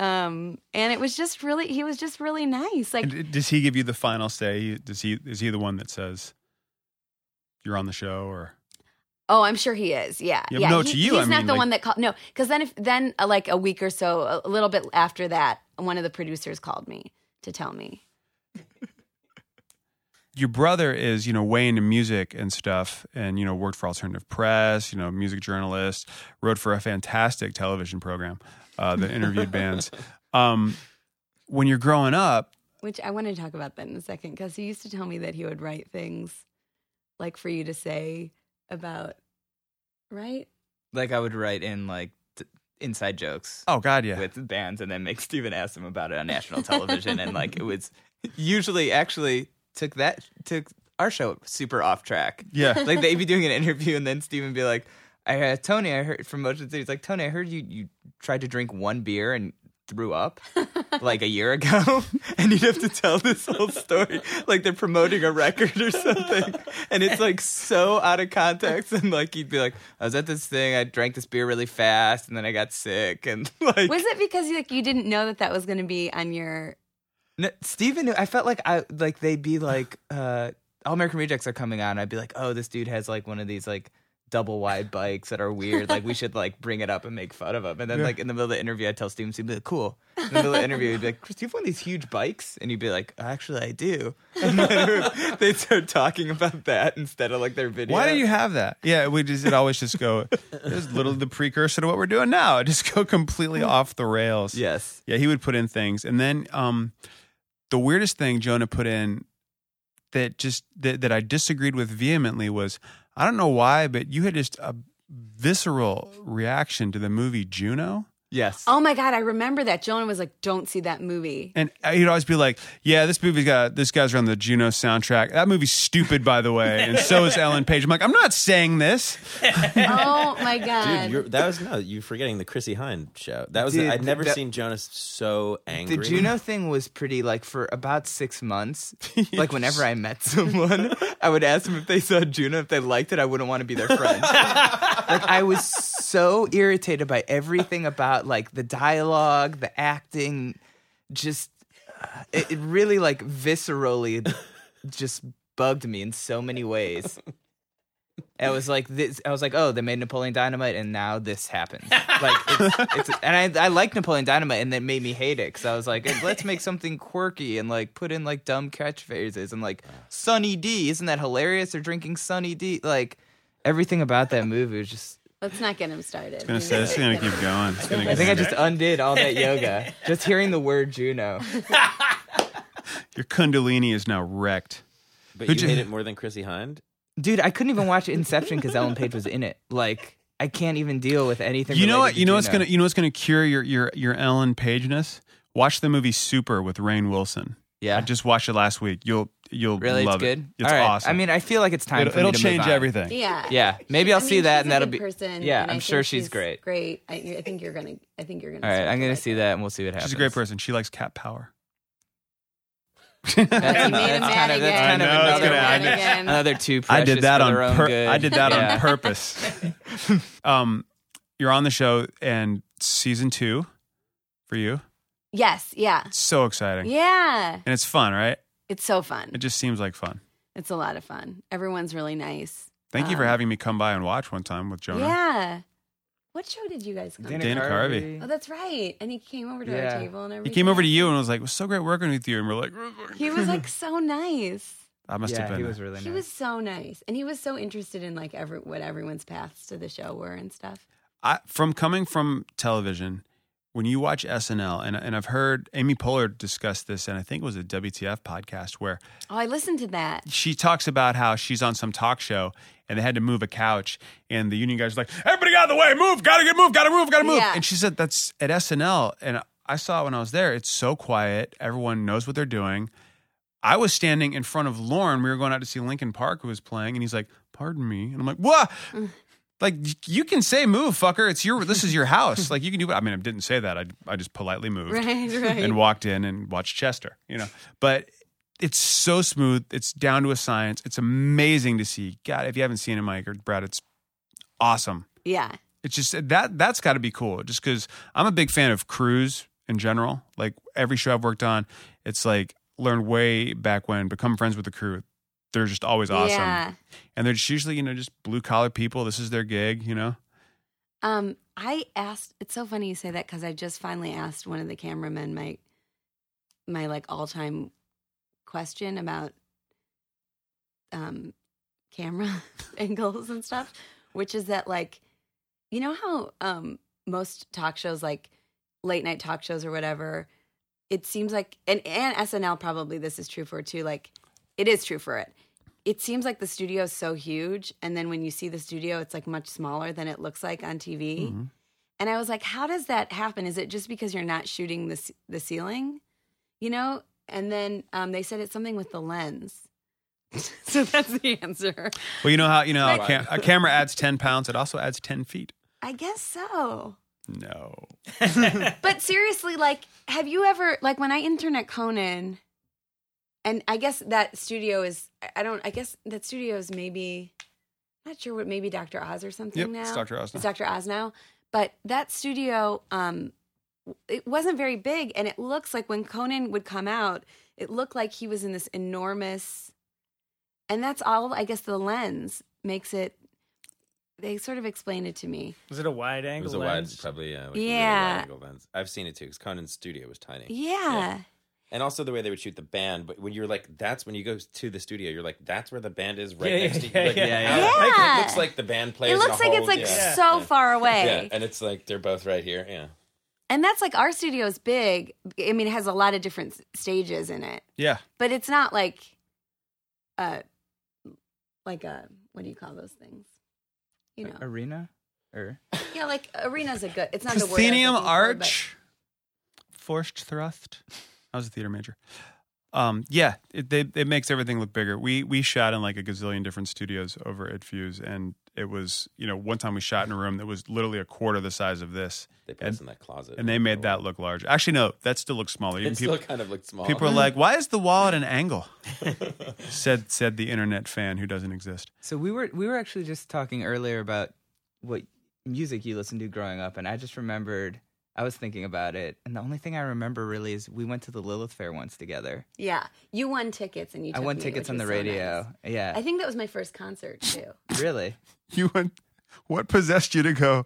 um and it was just really he was just really nice like And does he give you the final say? Does he is he the one that says you're on the show or Oh, I'm sure he is. Yeah, Yeah, yeah. but no, He- to you, I he's not mean, the like- one that called. No, because then, if then, uh, like a week or so, a little bit after that, one of the producers called me to tell me. your brother is you know way into music and stuff and you know worked for alternative press you know music journalist wrote for a fantastic television program uh, that interviewed bands um, when you're growing up Which I want to talk about that in a second, because he used to tell me that he would write things like for you to say about, right? Like I would write in like t- inside jokes oh god yeah with bands, and then make Steven ask them about it on national television, and like it was usually actually took that took our show super off track. yeah like they'd be doing an interview and then Steven be like, I, uh, Tony, I heard from Motion City. He's like, Tony, I heard you you tried to drink one beer and threw up like a year ago, and you'd have to tell this whole story like they're promoting a record or something, and it's like so out of context. And like he'd be like, I was at this thing, I drank this beer really fast, and then I got sick, and like Was it because you like you didn't know that that was going to be on your? No, Steven, I felt like I like they'd be like, uh, All American Rejects are coming on. I'd be like, oh, this dude has like one of these like double wide bikes that are weird. Like we should like bring it up and make fun of him. And then like in the middle of the interview, I'd tell Steven, he'd be like, cool. In the middle of the interview, he'd be like, Chris, do you have one of these huge bikes? And you'd be like, actually, I do. And then they'd start talking about that instead of like their video. why do you have that yeah we just it always just go it was little the precursor to what we're doing now It just go completely off the rails Yes. Yeah, he would put in things, and then um, the weirdest thing Jonah put in that just that, that I disagreed with vehemently was I don't know why, but you had just a visceral reaction to the movie Juno, Yes. Oh my god, I remember that Jonah was like, "Don't see that movie." and he'd always be like, "Yeah, this movie's got this guy's on the Juno soundtrack. That movie's stupid, by the way, and so is Ellen Page." I'm like, "I'm not saying this." oh my god, Dude, you're, that was no. You're forgetting the Chrissy Hine show. That was Dude, I'd never that- seen Jonas so angry. The Juno thing was pretty like for about six months. Like whenever I met someone, I would ask them if they saw Juno. If they liked it, I wouldn't want to be their friend. like I was so irritated by everything about like the dialogue, the acting, just uh, it, it really like viscerally just bugged me in so many ways. I was like this. I was like, oh, they made Napoleon Dynamite, and now this happened. Like, it's, it's, and I, I like Napoleon Dynamite, and that made me hate it because I was like, let's make something quirky and like put in like dumb catchphrases and like Sunny D. Isn't that hilarious? They're drinking Sunny D. Like everything about that movie was just. let's not get him started. I'm gonna say it's gonna keep going. It's gonna I think I keep just undid all that yoga just hearing the word Juno. Your Kundalini is now wrecked. but Who'd you you- hate it more than Chrissy Hine. Dude, I couldn't even watch Inception because Ellen Page was in it. Like, I can't even deal with anything. You know related what? to You know what's Juno. gonna you know what's gonna cure your your your Ellen Pageness. Watch the movie Super with Rain Wilson. Yeah. I just watched it last week. You'll you'll Really, love it's good. it. It's All right. awesome. I mean, I feel like it's time. it'll, for me it'll to move change on. everything. Yeah. Yeah, maybe I I'll mean, see that, she's and a that'll good be. person, yeah, and I I'm think sure she's great. Great. I, I think you're gonna. I think you're gonna. All right, start I'm gonna like see that, and we'll see what happens. She's a great person. She likes cat power. You made him That's mad kind of- that's again. kind of I know, it's another gonna- I one. know. Again. Another two. I did that on pur- pur- I did that on purpose. um, you're on the show and season two for you. Yes. Yeah. It's so exciting. Yeah. And it's fun, right? It's so fun. It just seems like fun. It's a lot of fun. Everyone's really nice. Thank you for Um, having me come by and watch one time with Jonah. Yeah. What show did you guys come? Dana to? Dana Carvey. Oh, that's right. And he came over to Yeah. our table and He everything. came over to you and was like, it was so great working with you. And we're like, He was like so nice. I must have Yeah, been. he was really nice. He was so nice, and he was so interested in like every what everyone's paths to the show were and stuff. I, from coming from television, when you watch SNL, and, and I've heard Amy Poehler discuss this, and I think it was a WTF podcast where Oh, I listened to that. she talks about how she's on some talk show and they had to move a couch, and the union guys are like, "Everybody out of the way, move! Gotta get moved! Gotta move! Gotta move!" Yeah. And she said that's at SNL, and I saw it when I was there. It's so quiet. Everyone knows what they're doing. I was standing in front of Lauren. We were going out to see Lincoln Park, who was playing, and he's like, "Pardon me," and I'm like, "What?" Mm. Like y- you can say move, fucker. It's your this is your house. Like you can do. I mean, I didn't say that. I I just politely moved Right, and right. walked in and watched Chester. You know, but it's so smooth. It's down to a science. It's amazing to see. God, if you haven't seen it, Mike or Brad, it's awesome. Yeah. It's just that that's got to be cool. Just because I'm a big fan of crews in general. Like every show I've worked on, it's like learned way back when. Become friends with the crew. They're just always awesome, Yeah. and they're just usually you know just blue collar people. This is their gig, you know. Um, I asked. It's so funny you say that because I just finally asked one of the cameramen my my like all time question about um camera angles and stuff, which is that like you know how um most talk shows like late night talk shows or whatever it seems like and and SNL probably this is true for too like it is true for it it seems like the studio is so huge and then when you see the studio it's like much smaller than it looks like on TV Mhm. and I was like how does that happen is it just because you're not shooting the ce- the ceiling you know and then um, they said it's something with the lens so that's the answer Well, you know how you know how a, cam- a camera adds ten pounds. It also adds ten feet. I guess so No, But seriously, like, have you ever like when I intern at Conan, and I guess that studio is I- I don't I guess that studio is maybe not sure what maybe Dr. Oz or something yep, now. it's Dr. Oz. now. It's Dr. Oz now. But that studio, um, it wasn't very big, and it looks like when Conan would come out, it looked like he was in this enormous, and that's all. I guess the lens makes it. They sort of explained it to me. Was it a wide It angle was a wide, lens? probably yeah. like a really Yeah. wide angle lens. I've seen it too because Conan's studio was tiny. Yeah. And also the way they would shoot the band, but when you're like, that's when you go to the studio, you're like, that's where the band is right Yeah, yeah, next to you. yeah, Like, yeah, yeah. how- Yeah. It looks like the band plays. It in a looks like it's whole- like yeah. so Yeah. far away. Yeah, and it's like they're both right here. Yeah. And that's like our studio is big. I mean, it has a lot of different s- stages in it, Yeah, but it's not like, uh, like a what do you call those things? You know, Arena? Er. Or yeah, like arena's a good. It's not the word. I was proscenium looking for, but- arch, forced thrust. I was a theater major. Um, yeah, it, they, it makes everything look bigger. We we shot in like a gazillion different studios over at Fuse, and it was you know one time we shot in a room that was literally a quarter the size of this, They put And- us in that closet. and they made that look large. Actually, no, that still looks smaller. It Even still people kind of looked small. people are like, why is the wall at an angle? said said the internet fan who doesn't exist. So we were we were actually just talking earlier about what music you listened to growing up, and I just remembered I was thinking about it, and the only thing I remember really is we went to the Lilith Fair once together. Yeah, you won tickets and you. I took won me, tickets which on the was so radio. nice. Yeah, I think that was my first concert too. really. You went. What possessed you to go?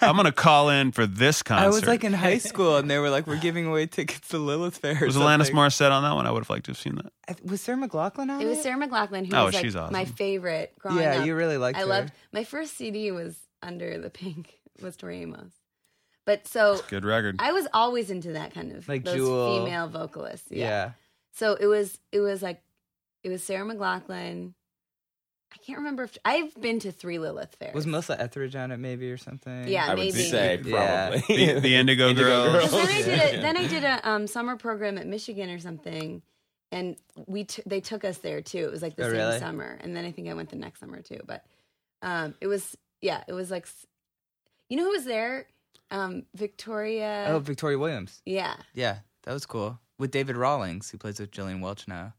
I'm gonna call in for this concert. I was like in high school, and they were like, "We're giving away tickets to Lilith Fair." or Was Alanis something. Morissette on that one? I would have liked to have seen that. I th- Was Sarah McLaughlin on It it? was Sarah McLaughlin who Oh, was like she's awesome. my favorite growing Yeah, up. you really liked I her. loved my first CD was Under the Pink was Tori Amos, but so Good record. I was always into that kind of Like those Jewel. female vocalists. Yeah. Yeah. So it was it was like it was Sarah McLaughlin. I can't remember if I've been to three Lilith fairs. was Melissa Etheridge on it maybe or something? Yeah. I would maybe. say Yeah. probably. the, the Indigo, Indigo Girls. Because then I did Yeah. a then I did a um, summer program at Michigan or something, and we t- they took us there too. It was like the Oh, same really? summer, and then I think I went the next summer too. But um, it was yeah, it was like s- you know who was there? Um, Victoria. Oh, Victoria Williams. yeah, Yeah, that was cool with David Rawlings, who plays with Gillian Welch now.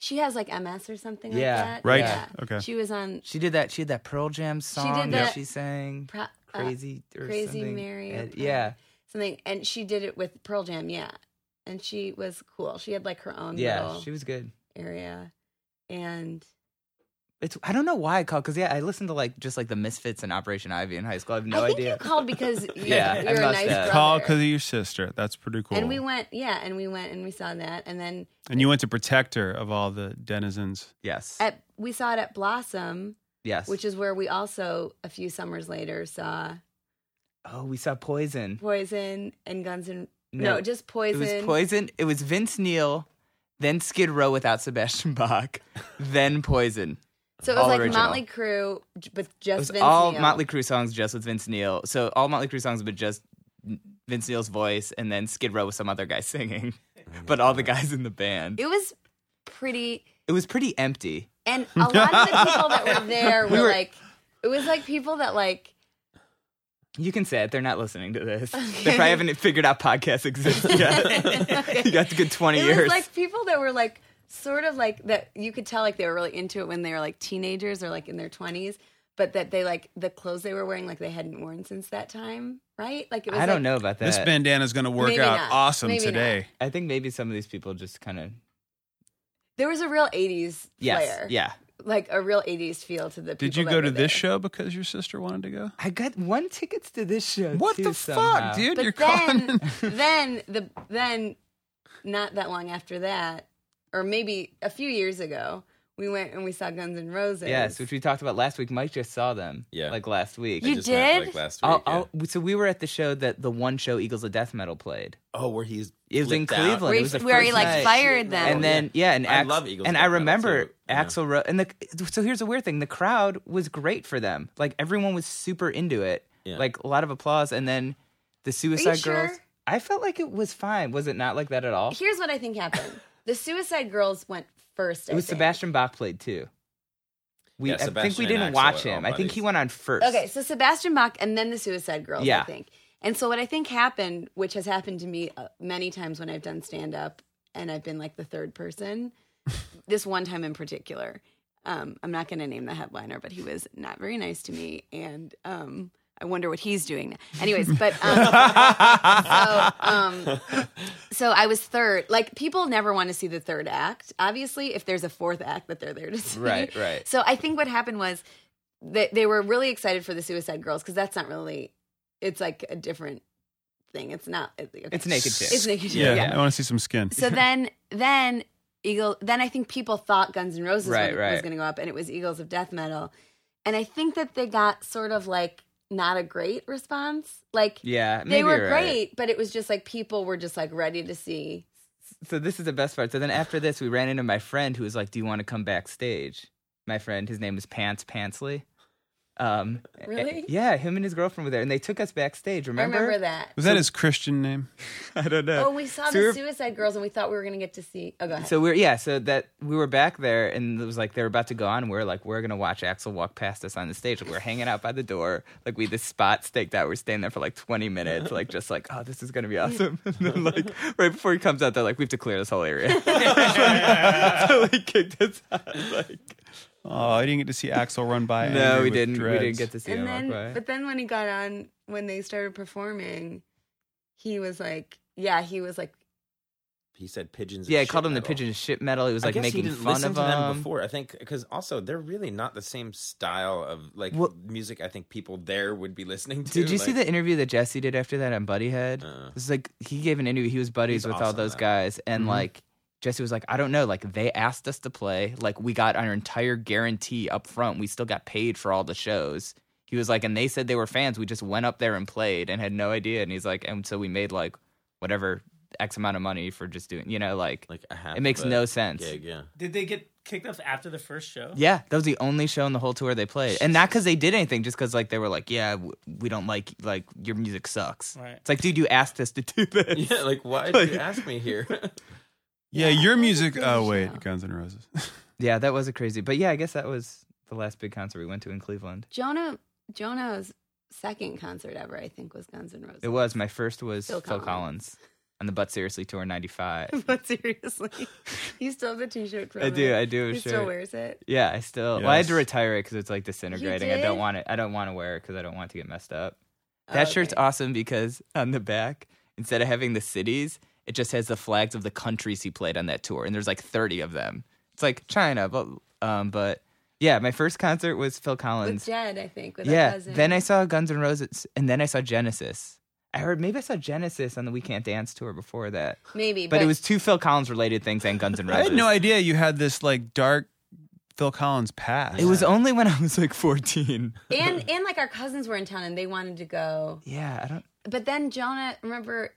she has like MS or something Yeah. like that. Right. Yeah. Okay. She was on She did that. She had that Pearl Jam song that that- she sang. Pro- uh, Crazy or Crazy something. Mary or And- Pearl- yeah, something, and she did it with Pearl Jam. Yeah, and she was cool. She had like her own yeah, little she was good. area, and It's I don't know why I called because yeah, I listened to like just like the Misfits and Operation Ivy in high school. I have no I think idea. you called because you're, Yeah, I you're a must have. nice brother. Call because of your sister. That's pretty cool. And we went, yeah, and we went and we saw that, and then And you went to protect her of all the denizens. yes, at we saw it at Blossom, yes. which is where we also a few summers later saw oh, we saw Poison. Poison and Guns and No, no, just Poison. It was Poison. It was Vince Neil, then Skid Row without Sebastian Bach, then Poison. So it was all like original. Motley Crue, j- but It just was Vince all Neil. Motley Crue songs just with Vince Neil. So all Motley Crue songs, but just Vince Neil's voice and then Skid Row with some other guy singing, but all the guys in the band. It was pretty, It was pretty empty. and a lot of the people that were there were, were- like, it was like people that like. You can say it. They're not listening to this. They probably haven't figured out podcasts exist yet. you got a good twenty It years. was like people that were like sort of like that. You could tell like they were really into it when they were like teenagers or like in their twenties, but that they like the clothes they were wearing like they hadn't worn since that time, right? Like it was. I don't like- know about that. This bandana's going to work Maybe out not. awesome Maybe today. I think maybe some of these people just kind of There was a real '80s yes, flair, yeah. like a real '80s feel to the. Did people you that go were to there. this show because your sister wanted to go? I got one tickets to this show. What too, the Uh, somehow. fuck, dude? You're But calling. then, then the then, not that long after that, or maybe a few years ago, we went and we saw Guns N' Roses. Yes, which we talked about last week. Mike just saw them. Yeah. like last week. They You just met, did? like, last week. I'll, yeah. I'll, so we were at the show that the one show Eagles of Death Metal played. oh, where he's It was in flipped out. Cleveland. Where it he- was the where he first like night. fired them, and then yeah, and Oh, I Ax- love Eagles And of I Death Metal, remember too. Yeah. Axel Rose. And the so here's the weird thing: the crowd was great for them. Like everyone was super into it. Yeah. Like a lot of applause. And then the Suicide Girls. sure? I felt like it was fine. Was it not like that at all? Here's what I think happened: the Suicide Girls went first. it was Sebastian Bach played too. We Yeah, I think Sebastian we and didn't Axl watch are all him. I think buddies. he went on first. Okay, so Sebastian Bach and then the Suicide Girls, I Yeah. think. And so what I think happened, which has happened to me uh, many times when I've done stand up and I've been like the third person, this one time in particular. Um, I'm not going to name the headliner, but he was not very nice to me and um I wonder what he's doing. now. Anyways, but um, so, um, so I was third. Like people never want to see the third act, obviously, if there's a fourth act that they're there to see. Right, right. So I think what happened was they, they were really excited for the Suicide Girls because that's not really. It's like a different thing. It's not. it- okay. It's naked chicks. It's naked. Chick, Yeah, yeah. I want to see some skin. So then, then Eagle. Then I think people thought Guns N' Roses Right, was, right. going to go up, and it was Eagles of Death Metal, and I think that they got sort of like not a great response. Like Yeah, they maybe were you're right. great, but it was just like people were just like ready to see. So this is the best part. So then after this, we ran into my friend who was like, "Do you want to come backstage?" My friend, his name is Pants Pantsley. Um, Really? yeah, him and his girlfriend were there, and they took us backstage. Remember? I remember that. Was that his Christian name? I don't know. Oh, we saw So we the were- Suicide Girls, and we thought we were going to get to see. Oh, go ahead. So we're yeah, so that we were back there, and it was like they were about to go on. and we are like, we're gonna watch Axel walk past us on the stage. Like, we're hanging out by the door, like we had this spot staked out. We're staying there for like twenty minutes, like just like, oh, this is gonna be awesome. And then like right before he comes out, they're like, we have to clear this whole area. so he kicked us out. Like, Oh, I didn't get to see Axel run by. no, we didn't. We didn't get to see and him. then, walk by. but then when he got on, when they started performing, he was like, "Yeah, he was like, He said pigeons. yeah, I and called shit him the metal. pigeon shit metal. He was I like guess making he didn't fun listen of to them him. before. I think because also they're really not the same style of like Well- music. I think people there would be listening to. Did you see like- the interview that Jesse did after that on Buddyhead? Uh-uh. It's like he gave an interview. He was buddies He's with all awesome, those though. Mm-hmm. guys, and like Jesse was like, I don't know. Like they asked us to play. Like we got our entire guarantee up front. We still got paid for all the shows. He was like, and they said they were fans. We just went up there and played and had no idea. And he's like, and so we made like whatever x amount of money for just doing. You know, like, Like a half it makes of a no sense. Gig, yeah. Did they get kicked off after the first show? Yeah, that was the only show in the whole tour they played, and not because they did anything, just because like they were like, yeah, w- we don't like like your music sucks. Right. It's like, dude, you asked us to do this. Yeah, like why did Like- you ask me here? Yeah, your music. Christian Oh wait, show. Guns N' Roses. Yeah, that was a crazy. But yeah, I guess that was the last big concert we went to in Cleveland. Jonah, Jonah's second concert ever, I think, was Guns N' Roses. It was my first was Phil Phil, Collins. Collins. on the But Seriously tour in '95. but seriously, you still have the T-shirt. From I do, it. I do. He Sure. still wears it. yeah, I still. Well, I had to Yes. retire it because it's like disintegrating. I did? don't want it. I don't want to wear it because I don't want to get messed up. Oh, That shirt's awesome because on the back, instead of having the cities, it just has the flags of the countries he played on that tour, and there's like 30 of them. It's like China, but um, but yeah, my first concert was Phil Collins. with Jed, I think. With yeah. a cousin. Then I saw Guns N' Roses, and then I saw Genesis. I heard maybe I saw Genesis on the We Can't Dance tour before that, maybe, but, it was two Phil Collins related things and Guns N' I Roses. had no idea you had this like dark Phil Collins past. It was only when I was like 14. and and like our cousins were in town and they wanted to go, Yeah, I don't. but then Jonah, remember.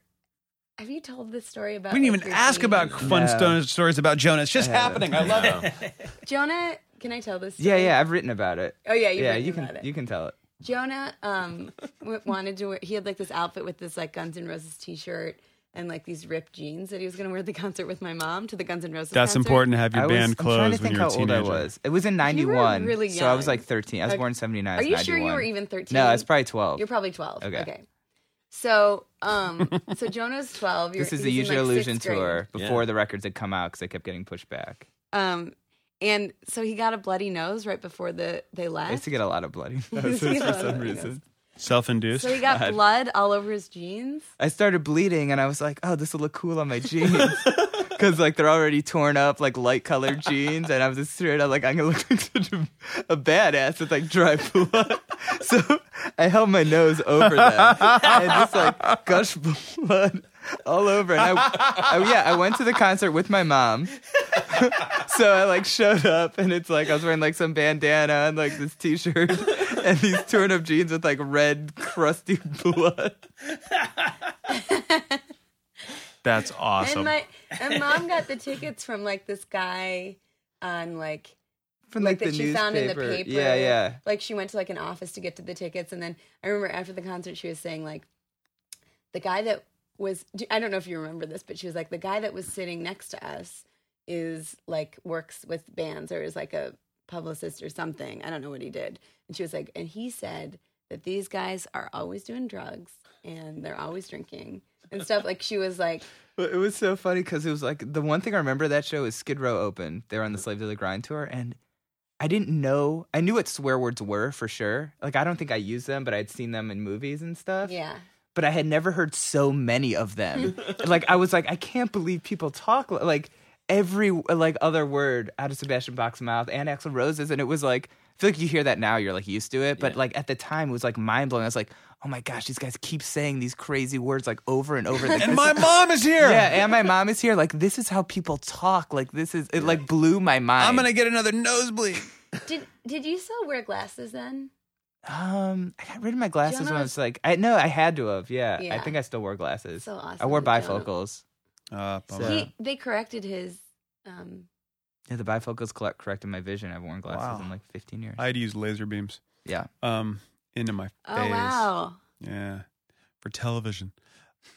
Have you told this story about? We didn't like, even your ask team? about fun No. sto- stories about Jonah. It's just I haven't. happening. I love it. Jonah. Can I tell this? Yeah, story? yeah, I've written about it. Oh yeah, you've yeah, written you can about it. you can tell it. Jonah um, w- wanted to wear, he had like this outfit with this like Guns N' Roses t shirt and like these ripped jeans that he was going to wear at the concert with my mom to the Guns N' Roses That's concert. important to have your I was, I'm band trying to closed when think you're how a old teenager. I was. It was in You were 91. really So I was young. like 13. I was Okay. born in 79. I Are was you sure you were 91. even 13? No, I was probably 12. You're probably 12. Okay. Okay. So, um, so Jonah's 12. You're, this is the he was in, Usual like, Illusion sixth grade. tour Yeah. before the records had come out because they kept getting pushed back. Um, and so he got a bloody nose right before the they left. I used to get a lot of bloody noses Yeah, for bloody some nose. reason. Self-induced. so he got God. blood all over his jeans. I started bleeding and I was like, oh, this will look cool on my jeans. Because like they're already torn up, like light colored jeans, and I was just straight up like I'm gonna look like such a, a badass with like dry blood. so I held my nose over them and just like gushed blood all over. And I, I yeah, I went to the concert with my mom. so I like showed up and it's like I was wearing like some bandana and like this t-shirt and these torn up jeans with like red crusty blood. That's awesome. And my and mom got the tickets from like this guy on like from like, that she found in the paper. Yeah, yeah. Like she went to like an office to get to the tickets, and then I remember after the concert she was saying like, the guy that was do- I don't know if you remember this, but she was like the guy that was sitting next to us is like works with bands or is like a publicist or something. I don't know what he did, and she was like, and he said that these guys are always doing drugs and they're always drinking and stuff. Like she was like, But It was so funny because it was like the one thing I remember that show is Skid Row opened. They were on the Slave to the Grind tour, and I didn't know. I knew what swear words were for sure. Like I don't think I used them, but I'd seen them in movies and stuff. yeah. But I had never heard so many of them. like I was like, I can't believe people talk li- like every like other word out of Sebastian Bach's mouth and Axl Rose's, and it was like. I feel like you hear that now, you're like used to it, but like at the time, it was like mind blowing. I was like, "Oh my gosh, these guys keep saying these crazy words like over and over." Like, and this my mom is here. yeah, and my mom is here. Like, this is how people talk. Like, this is it. Like, blew my mind. I'm gonna get another nosebleed. Did did you still wear glasses then? Um, I got rid of my glasses when I Jonah- was like, I no, I had to have. Yeah, I Yeah. think I still wore glasses. So awesome. I wore that Jonah- bifocals. Uh, bummer. He, they corrected his. Um, Yeah, the bifocals collect, corrected my vision. I've worn Wow. glasses in like 15 years. I had to use laser beams yeah, um, into my face. oh wow! Yeah, for television.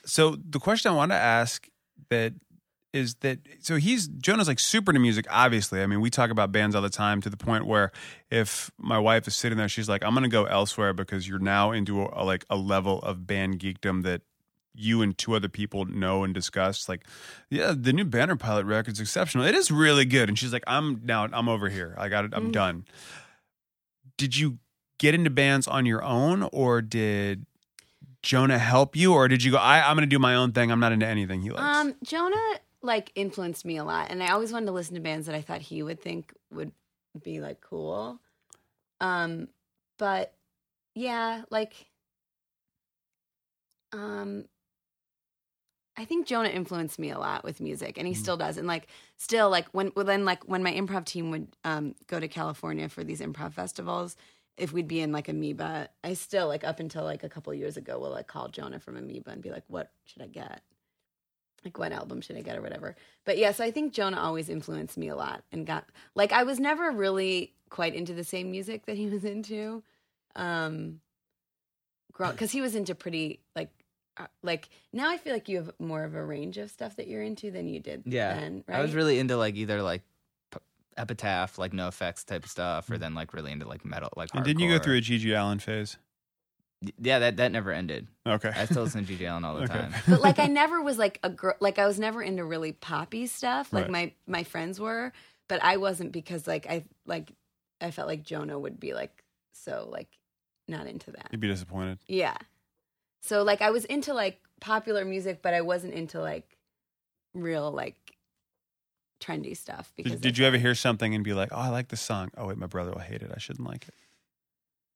So the question I want to ask that is that so he's Jonah's like super into music. Obviously, I mean we talk about bands all the time to the point where if my wife is sitting there, she's like, "I'm going to go elsewhere because you're now into a, like a level of band geekdom that." You and two other people know and discuss, like, yeah, the new Banner Pilot record's exceptional. It is really good, and she's like, "I'm now, I'm over here. I got it. I'm Mhm. done." Did you get into bands on your own or did Jonah help you or did you go I, I'm gonna do my own thing I'm not into anything he likes Um, Jonah like influenced me a lot, and I always wanted to listen to bands that I thought he would think would be like cool. Um, but yeah, like, um, I think Jonah influenced me a lot with music, and he still does. And like, still like when well, then like when my improv team would um go to California for these improv festivals. If we'd be in like Amoeba, I still like up until like a couple years ago will like call Jonah from Amoeba and be like, "What should I get?" like what album should I get or whatever. But yeah, so I think Jonah always influenced me a lot and got like I was never really quite into the same music that he was into. Um because he was into pretty like uh, like now I feel like you have more of a range of stuff that you're into than you did Yeah. then, right? I was really into like either like p- epitaph, like no effects type of stuff, or then like really into like metal, like. Mm. and didn't you go hardcore. through a Gigi Allen phase Yeah, that that never ended. okay I still listen to G.J. Allen all the Okay. time. but like I never was like a girl. Like I was never into really poppy stuff. Like Right. my my friends were, but I wasn't because like I like I felt like Jonah would be like so like not into that. you'd be disappointed Yeah. So like I was into like popular music, but I wasn't into like real like trendy stuff. Because did, did I- you ever hear something and be like oh I like this song oh wait my brother will hate it I shouldn't like it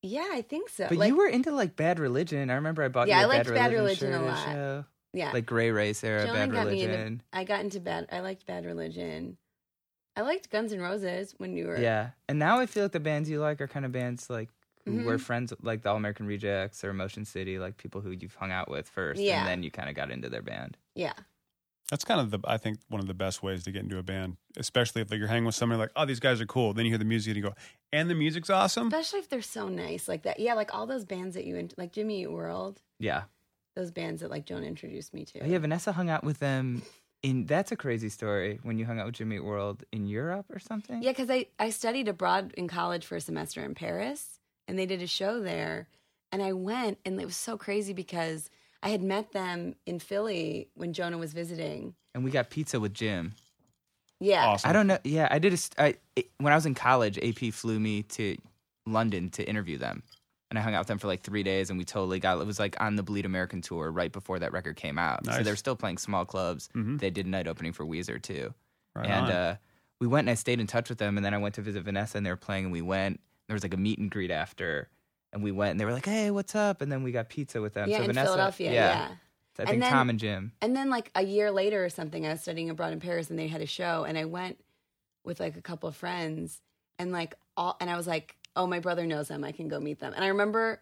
Yeah, I think so. But like, you were into like Bad Religion. I remember I bought Yeah, you I a liked Bad Religion, Religion shirt a at lot. show. yeah. Like Gray Race era, Jonah Bad got me into- Religion. I got into bad. I liked Bad Religion. I liked Guns N' Roses when you were. Yeah. And now I feel like the bands you like are kind of bands like who were Mhm. friends with, like the All American Rejects or Motion City, like people who you've hung out with first. Yeah. And then you kind of got into their band. Yeah. That's kind of the I think one of the best ways to get into a band, especially if like you're hanging with somebody like, oh, these guys are cool. Then you hear the music and you go, and the music's Mm. awesome. Especially if they're so nice like that. Yeah, like all those bands that you in, like Jimmy Eat World, Yeah. those bands that like Joan introduced me to. Oh, yeah, Vanessa hung out with them in that's a crazy story when you hung out with Jimmy Eat World in Europe or something. Yeah, because I, I studied abroad in college for a semester in Paris, and they did a show there. And I went, and it was so crazy because I had met them in Philly when Jonah was visiting. And we got pizza with Jim. Yeah. Awesome. I don't know. Yeah, I did a st- I- it- when I was in college, AP flew me to London to interview them. And I hung out with them for like three days, and we totally got it. Was like on the Bleed American tour right before that record came out. So Nice. they were still playing small clubs. Mhm. They did a night opening for Weezer too. Right and on. uh, we went and I stayed in touch with them. And then I went to visit Vanessa and they were playing and we went. There was like a meet and greet after. And we went and they were like, hey, what's up? And then we got pizza with them. yeah, so in Vanessa, Philadelphia. Yeah. Yeah. So I And think then- Tom and Jim. And then, like, a year later or something, I was studying abroad in Paris, and they had a show, and I went with like a couple of friends, and like, all, and I was like, oh, my brother knows them. I can go meet them. And I remember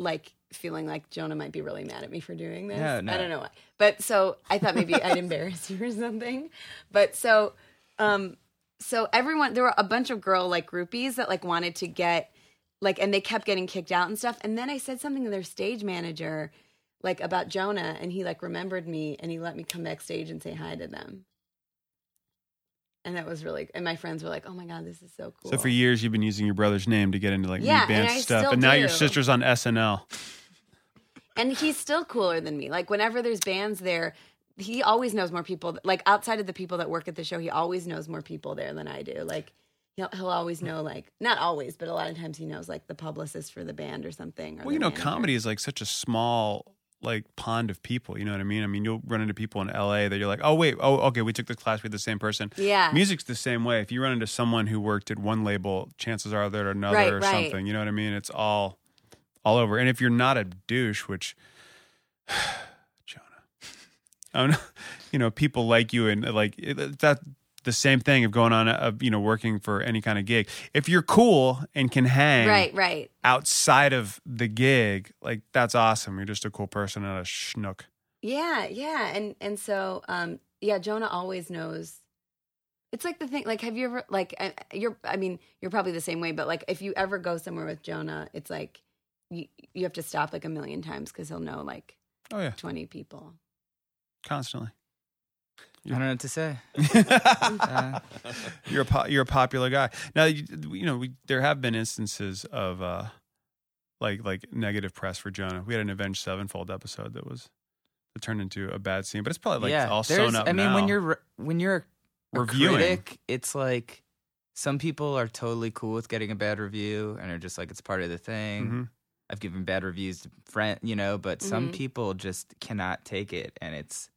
like feeling like Jonah might be really mad at me for doing this. No, no. I don't know why. But so I thought maybe I'd embarrass you or something. But so, um, so everyone, there were a bunch of girl like groupies that like wanted to get like, and they kept getting kicked out and stuff. And then I said something to their stage manager, like about Jonah, and he like remembered me and he let me come backstage and say hi to them. And that was really, and my friends were like, "Oh my god, this is so cool." So for years you've been using your brother's name to get into like Yeah, new band and I stuff, still and now do. your sister's on SNL. and he's still cooler than me. Like whenever there's bands there, he always knows more people. Like outside of the people that work at the show, he always knows more people there than I do. Like he'll he'll always know like not always, but a lot of times he knows like the publicist for the band or something. Or Well, you the know, manager. comedy is like such a small like pond of people. You know what I mean? I mean, you'll run into people in LA that you're like, oh wait, oh okay, we took this class with the same person. Yeah. Music's the same way. If you run into someone who worked at one label, chances are they're at another Right, or right. something. You know what I mean? It's all all over. And if you're not a douche, which Jonah, I don't know, you know, people like you and like it- that. The same thing of going on, uh, you know, working for any kind of gig. If you're cool and can hang, Right, right. outside of the gig, like that's awesome. You're just a cool person and a schnook. Yeah, yeah. And and so um yeah, Jonah always knows it's like the thing like have you ever like I- you're I mean, you're probably the same way, but like if you ever go somewhere with Jonah, it's like you you have to stop like a million times cuz he'll know like Oh yeah, 20 people. constantly. I don't know what to say. Uh, you're a po- you're a popular guy. Now you, you know we, there have been instances of uh, like like negative press for Jonah. We had an Avenged Sevenfold episode that was that turned into a bad scene, but it's probably like yeah, all there's- sewn up. I mean, when now. you're re- when you're a Reviewing. critic, it's like some people are totally cool with getting a bad review and are just like it's part of the thing. Mhm. I've given bad reviews to friend, you know, but some Mhm. people just cannot take it, and it's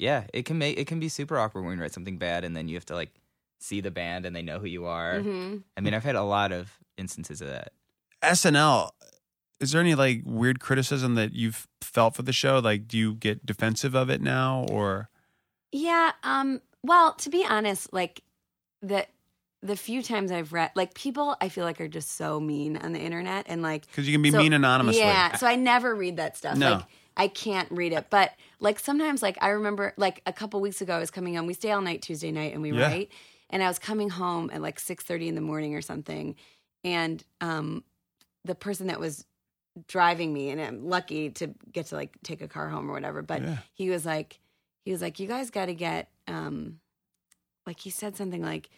yeah, it can make it can be super awkward when you write something bad, and then you have to like see the band and they know who you are. Mhm. I mean, I've had a lot of instances of that. SNL, is there any like weird criticism that you've felt for the show? Like, do you get defensive of it now, or Yeah. Um. Well, to be honest, like the the few times I've read, like people, I feel like are just so mean on the internet, and like because you can be So- mean anonymously? yeah. So I never read that stuff. No. Like I can't read it, but like sometimes, like I remember, like a couple weeks ago, I was coming home. We stay all night Tuesday night, and we Yeah. write. And I was coming home at like six thirty in the morning or something, and um, the person that was driving me, and I'm lucky to get to like take a car home or whatever, but Yeah. he was like, he was like, you guys got to get, um, like he said something like,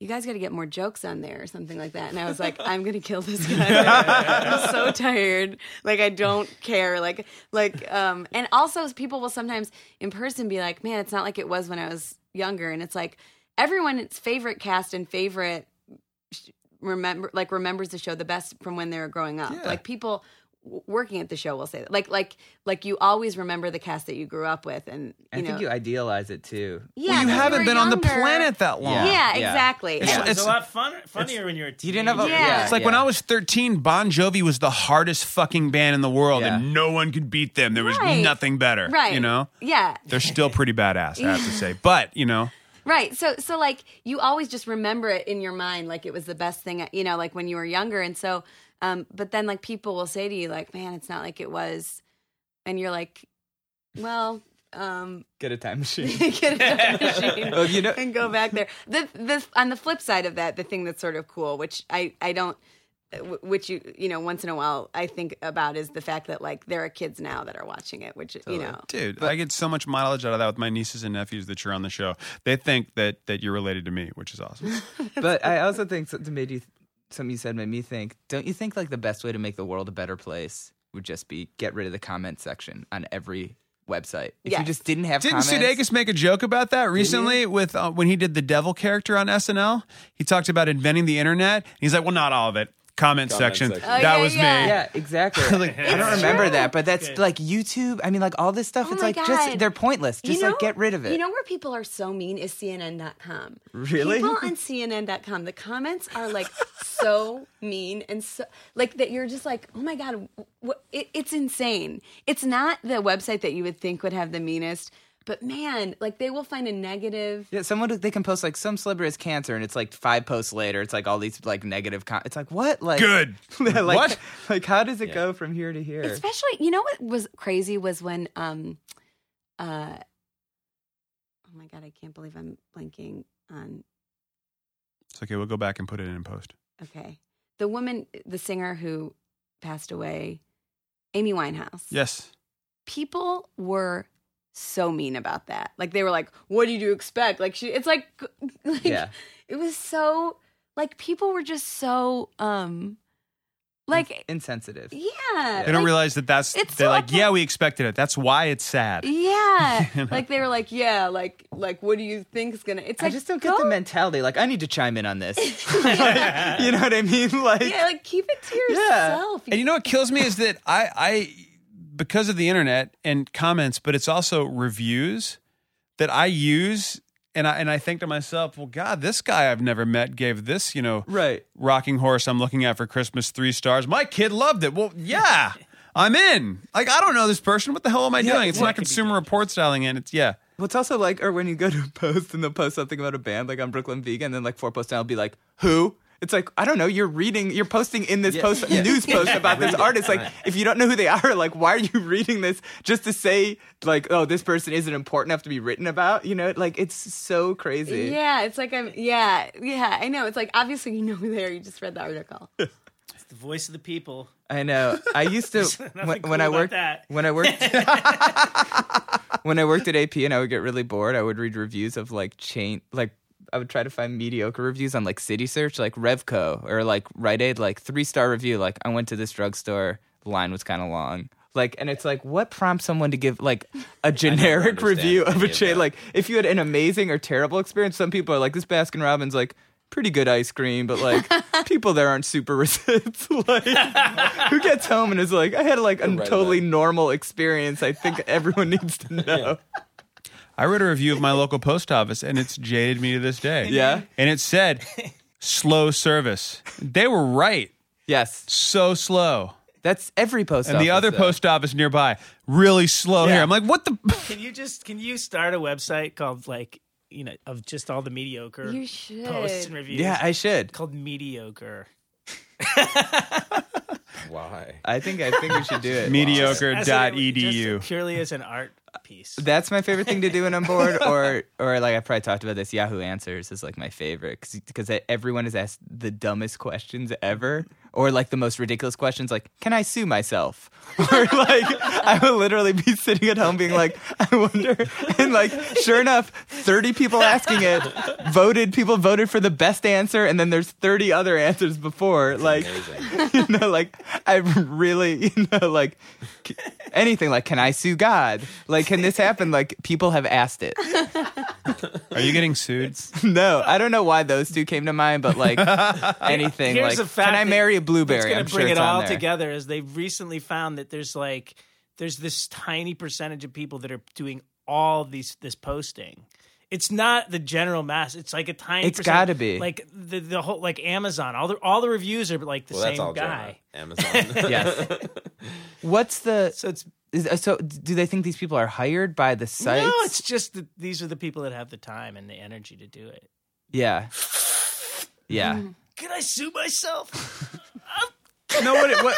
you guys got to get more jokes on there or something like that. And I was like, I'm going to kill this guy. I'm so tired. Like, I don't care. Like, like, um, and also people will sometimes in person be like, man, it's not like it was when I was younger. And it's like everyone's favorite cast and favorite sh- remember, like remembers the show the best from when they were growing up. Yeah. Like people w- working at the show will say that. Like, like, like you always remember the cast that you grew up with. And I you know, think you idealize it too. yeah, you 'cause haven't were been on the younger. planet that long. Yeah, Yeah. exactly. It's- And- It's, a lot fun, funnier when you're a You teenager. didn't have a, Yeah. yeah. It's like when yeah. I was 13, Bon Jovi was the hardest fucking band in the world, Yeah. and no one could beat them. There was Right. nothing better. right You know, yeah they're still pretty badass, I have to say. But you know, right so so like you always just remember it in your mind like it was the best thing you know like when you were younger and so um but then like people will say to you like man it's not like it was and you're like well um, Get a time machine. get a time machine Oh, you know- and go back there. The, the on the flip side of that, the thing that's sort of cool, which I I don't, wh- which you you know once in a while I think about is the fact that like there are kids now that are watching it, which you know Dude, I get so much mileage out of that with my nieces and nephews that you're on the show. They think that that you're related to me, which is awesome. but I also think something made you something you said made me think. Don't you think like the best way to make the world a better place would just be get rid of the comment section on every website? If you Yes. just didn't have Didn't comments, Sudeikis make a joke about that recently with uh, when he did the devil character on SNL? He talked about inventing the internet. He's like, well, not all of it. Comment, section. section. Oh, that yeah, was me. yeah. yeah, exactly. Like, I don't remember that, but that's Good. like YouTube. I mean, like all this stuff. Oh it's my like just God. they're pointless. Just you know, like get rid of it. You know where people are so mean is CNN.com. Really? People on CNN.com, the comments are like so mean and so like that you're just like, oh my god, wh- it, it's insane. It's not the website that you would think would have the meanest, but man, like they will find a negative. yeah, someone they can post like some celebrity has cancer, and it's like five posts later, it's like all these like negative. Com- it's like what? Like Good. like, What? Like how does it go from here to here? Especially, you know what was crazy was when, um, uh, oh my god, I can't believe I'm blanking on It's okay. We'll go back and put it in post. Okay. The woman, the singer who passed away, Amy Winehouse. Yes. People were so mean about that. Like they were like, "What did you expect?" Like she, it's like, like Yeah. it was so like people were just so um, like Insensitive. yeah, They don't like, realize that that's. It's they're so like, upset. yeah, we expected it. That's why it's sad. yeah. like they were like, yeah, like like what do you think is gonna? It's I like just don't get the go- mentality. Like, I need to chime in on this. Like, you know what I mean? Like, Yeah, like keep it to Yeah. yourself. And you know what kills me is that I, I, because of the internet and comments, but it's also reviews that I use, and I and I think to myself, well, God, this guy I've never met gave this, you know, right. rocking horse I'm looking at for Christmas three stars. My kid loved it. Well, yeah, I'm in. Like I don't know this person. What the hell am I doing? It's well, not it could be Consumer Report styling, and it's yeah. Well, it's also like, or when you go to a post and they'll post something about a band, like on Brooklyn Vegan, and then like four posts down, will be like, who? It's like, I don't know. You're reading, you're posting in this post, news post about this artist. Like, if you don't know who they are, like, why are you reading this just to say, like, oh, this person isn't important enough to be written about? You know, like, it's so crazy. Yeah, it's like I'm. Yeah, yeah, I know. It's like obviously you know who they are. You just read the article. It's the voice of the people. I know. I used to when, cool when I about worked that. when I worked when I worked at AP and I would get really bored. I would read reviews of like chain like I would try to find mediocre reviews on like City Search, like Revco or like Rite Aid, like three star review. Like I went to this drugstore, the line was kind of long. Like and it's like what prompts someone to give like a generic understand review of any a of chain? that. Like if you had an amazing or terrible experience, some people are like this Baskin Robbins like pretty good ice cream, but like people there aren't super receipts. like who gets home and is like, I had like a right totally about normal experience. I think everyone needs to know. I wrote a review of my local post office, and it's jaded me to this day. Yeah. and it said slow service. They were right. Yes, So slow. that's every post. and the office, other though. post office nearby really slow Yeah. here. I'm like, what the? Can you just can you start a website called like you know of just all the mediocre You should. posts and reviews? Yeah, I should. called mediocre. Why? I think I think we should do it. As Mediocre.edu. E in, just Purely as an art piece. That's my favorite thing to do when I'm bored, or or like I probably talked about this. Yahoo Answers is like my favorite because everyone is asked the dumbest questions ever, or like the most ridiculous questions, like "Can I sue myself?" or like I would literally be sitting at home being like, "I wonder," and like sure enough, thirty people asking it voted. People voted for the best answer, and then there's thirty other answers before. Like you know, like I really, you know, like c- anything like, can I sue God? Like, can this happen? Like, people have asked it. Are you getting sued? No, I don't know why those two came to mind, but like anything. Here's like, a fact can I that- marry a blueberry? It's going I'm to sure bring it it's on all there. together is they've recently found that there's like there's this tiny percentage of people that are doing all these this posting. It's not the general mass. It's like a tiny. It's percent- gotta be. like the the whole like Amazon. All the all the reviews are like the Well, same that's all guy. Jonah. Amazon. Yes. What's the? So it's Is, uh, so do they think these people are hired by the sites? no. It's just that these are the people that have the time and the energy to do it. yeah. Yeah. Can I sue myself? no, what, what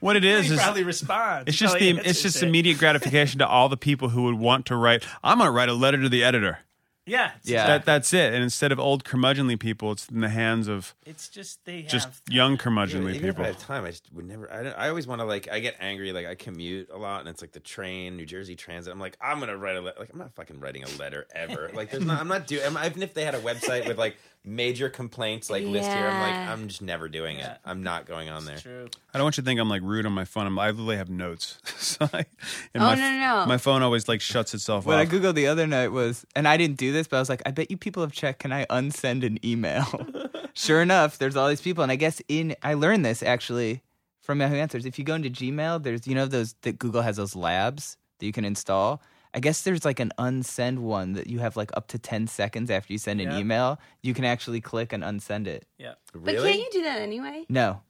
what it is He is probably responds. it's just Probably the it's answers just it. immediate gratification to all the people who would want to write. I'm gonna write a letter to the editor. Yeah, it's, Yeah. That that's it. And instead of old curmudgeonly people, it's in the hands of it's just they have just young Even, curmudgeonly even if I people. have time, I just would never. I, don't, I always want to like. I get angry. Like I commute a lot, and it's like the train, New Jersey Transit. I'm like, I'm gonna write a letter. Like I'm not fucking writing a letter ever. Like there's not. I'm not doing. Even if they had a website with like major complaints like list here, I'm like, Yeah. I'm just never doing Yeah. it. I'm not going on there. It's true. I don't want you to think I'm like rude on my phone. I'm, I literally have notes. so I, and Oh, my, no, no, no. My phone always like shuts itself What I off. googled the other night was, and I didn't do this, but I was like, I bet you people have checked. Can I unsend an email? sure enough, there's all these people, and I guess in I learned this actually from Yahoo Answers. If you go into Gmail, there's you know those that Google has those labs that you can install. I guess there's like an unsend one that you have like up to ten seconds after you send an Yeah. email, you can actually click and unsend it. Yeah, But Really? can't you do that anyway? No, and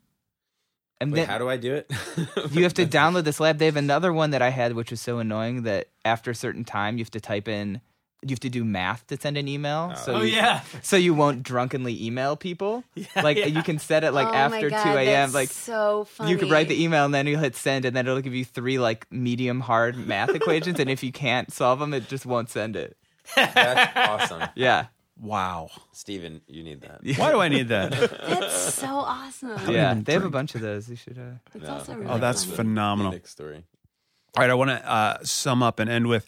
Wait, then how do I do it? you have to download this lab. They have another one that I had, which was so annoying that after a certain time, you have to type in, you have to do math to send an email. so oh you, yeah, So you won't drunkenly email people. like yeah. you can set it like Oh my after God, two a.m. that's Like so funny. you could write the email and then you hit send, and then it'll give you three like medium hard math equations, and if you can't solve them, it just won't send it. That's awesome, Yeah. wow. Steven, You need that. Why do I need that? That's so awesome. e- Yeah, they have a bunch of those. You should. Uh, It's also really oh, that's funny. phenomenal. Next story. All right, I want to uh, sum up and end with.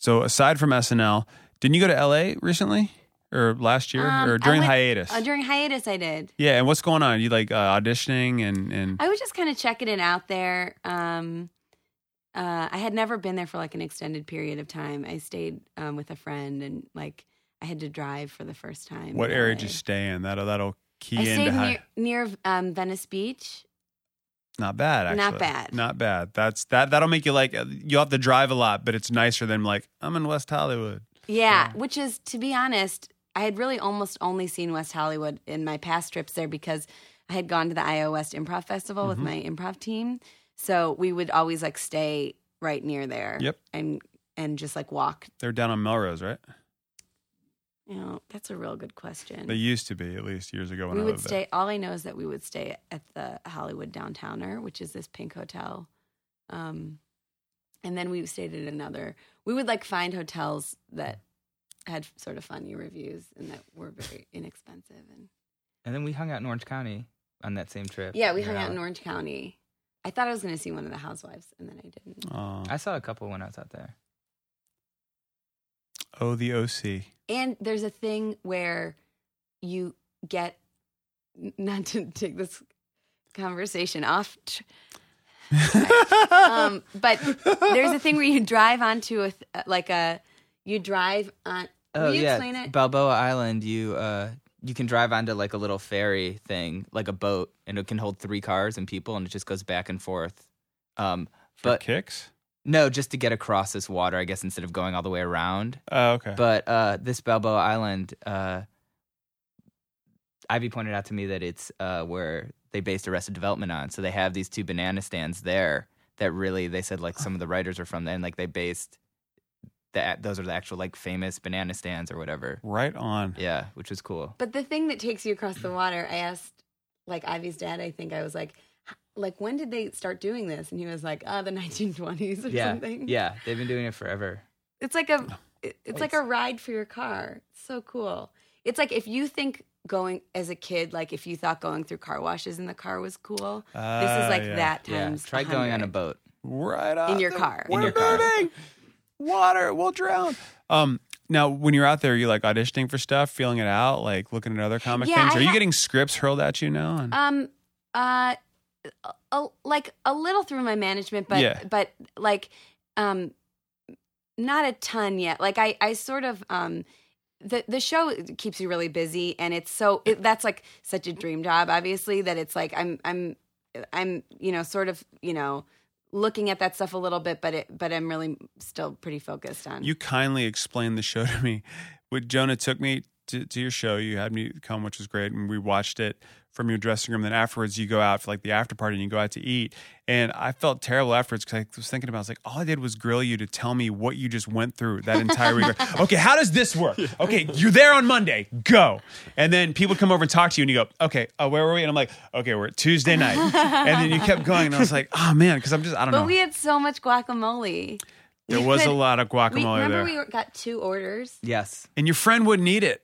So aside from SNL, didn't you go to LA recently or last year Um, or during I went- hiatus? Uh, during hiatus, I did. yeah, and what's going on? you like uh, auditioning and and I was just kind of checking it out there. Um, uh, I had never been there for like an extended period of time. I stayed um, with a friend, and like I had to drive for the first time. what in area LA. did you stay in? That'll that'll key I into stayed how. near, near um, Venice Beach. Not bad, actually. Not bad. Not bad. That's that. That'll make you like uh, you'll have to drive a lot, but it's nicer than like I'm in West Hollywood. Yeah, which is to be honest, I had really almost only seen West Hollywood in my past trips there because I had gone to the Iowa West Improv Festival with my improv team. So we would always like stay right near there. Yep. And and just like walk. They're down on Melrose, right? You know, that's a real good question. They used to be at least years ago when we I would lived stay. All I know is that we would stay at the Hollywood Downtowner, which is this pink hotel, um, and then we stayed at another. We would like find hotels that had sort of funny reviews and that were very inexpensive. And and then we hung out in Orange County on that same trip. yeah, we hung Yeah. out in Orange County. I thought I was going to see one of the housewives, and then I didn't. there. Um, Aw. I saw a couple when I was out there. oh, the OC. And there's a thing where you get not to take this conversation off. tr- um, but there's a thing where you drive onto a th- uh, like a you drive on. Oh will you yeah, explain it? Balboa Island. You uh, you can drive onto like a little ferry thing, like a boat, and it can hold three cars and people, and it just goes back and forth. Um, For but kicks. no, just to get across this water, I guess instead of going all the way around. Oh, okay. But uh, this Balboa Island, uh, Ivy pointed out to me that it's uh, where they based Arrested Development on. So they have these two banana stands there that really they said like some of the writers are from there, and like they based that those are the actual like famous banana stands or whatever. right on. Yeah, which was cool. But the thing that takes you across the water, I asked like Ivy's dad. I think I was like, "H- like when did they start doing this? And he was like, ah, the 1920s or Yeah, something. yeah, they've been doing it forever. It's like a it- it's like a ride for your car. It's so cool. It's like if you think going as a kid, like if you thought going through car washes in the car was cool, this is Ah, like yeah. that Yeah, times. try going on a 100. boat. Right on. your car. In We're your car. moving. Water. We'll drown. Um. Now, when you're out there, you like auditioning for stuff, feeling it out, like looking at other comic Yeah, things. I Are you ha- getting scripts hurled at you now? And- Um, uh, a- a, like a little through my management, but Yeah. but like, um, not a ton yet. Like I, I sort of um. The, the show keeps you really busy and it's so it, that's like such a dream job obviously that it's like i'm i'm i'm you know sort of you know looking at that stuff a little bit but it but i'm really still pretty focused on You kindly explained the show to me. When Jonah took me to, to your show, you had me come, which was great, and we watched it from your dressing room. Then afterwards, you go out for like the after party and you go out to eat. And I felt terrible afterwards because I was thinking about, it. I was like, all I did was grill you to tell me what you just went through that entire week. okay, how does this work? Okay, you're there on Monday, go. And then people come over and talk to you and you go, okay, uh, where were we? And I'm like, okay, we're at Tuesday night. and then you kept going. And I was like, oh man, because I'm just, I don't But know. we had so much guacamole. there we was a could- lot of We, guacamole remember there. we were- got two orders. Yes. and your friend wouldn't eat it.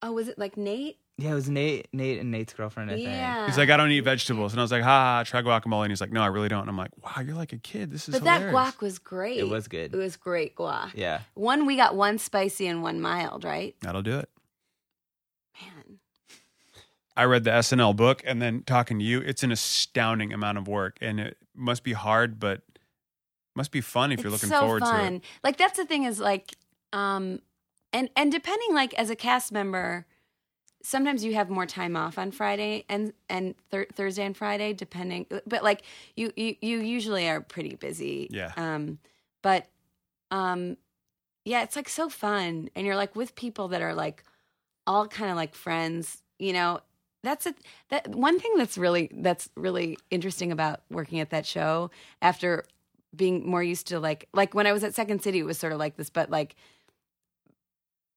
Oh, was it like Nate? Yeah, it was Nate, Nate, and Nate's girlfriend. I Yeah. He's like, I don't eat vegetables. And I was like, ha, ha, try guacamole. And he's like, no, I really don't. And I'm like, wow, you're like a kid. This is But hilarious. that guac was great. think it was good. It was great guac. yeah. One we got one spicy and one mild, right? That'll do it. Man. I read the SNL book and then talking to you, it's an astounding amount of work. And it must be hard, but must be fun if you're it's looking so forward fun. to it. Like that's the thing is like um and and depending like as a cast member sometimes you have more time off on Friday and and thur- Thursday and Friday depending but like you you you usually are pretty busy. Yeah. Um but um yeah, it's like so fun and you're like with people that are like all kind of like friends, you know. That's a that one thing that's really that's really interesting about working at that show after being more used to like like when I was at Second City, it was sort of like this, but like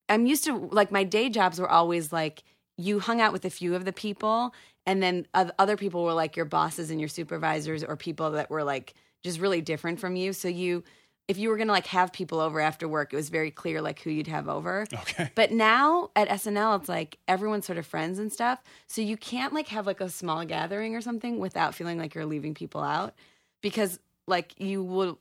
I'm used to like my day jobs were always like you hung out with a few of the people, and then oth- other people were like your bosses and your supervisors or people that were like just really different from you. So you, if you were gonna like have people over after work, it was very clear like who you'd have over. Okay. But now at SNL, it's like everyone's sort of friends and stuff. So you can't like have like a small gathering or something without feeling like you're leaving people out because like you will,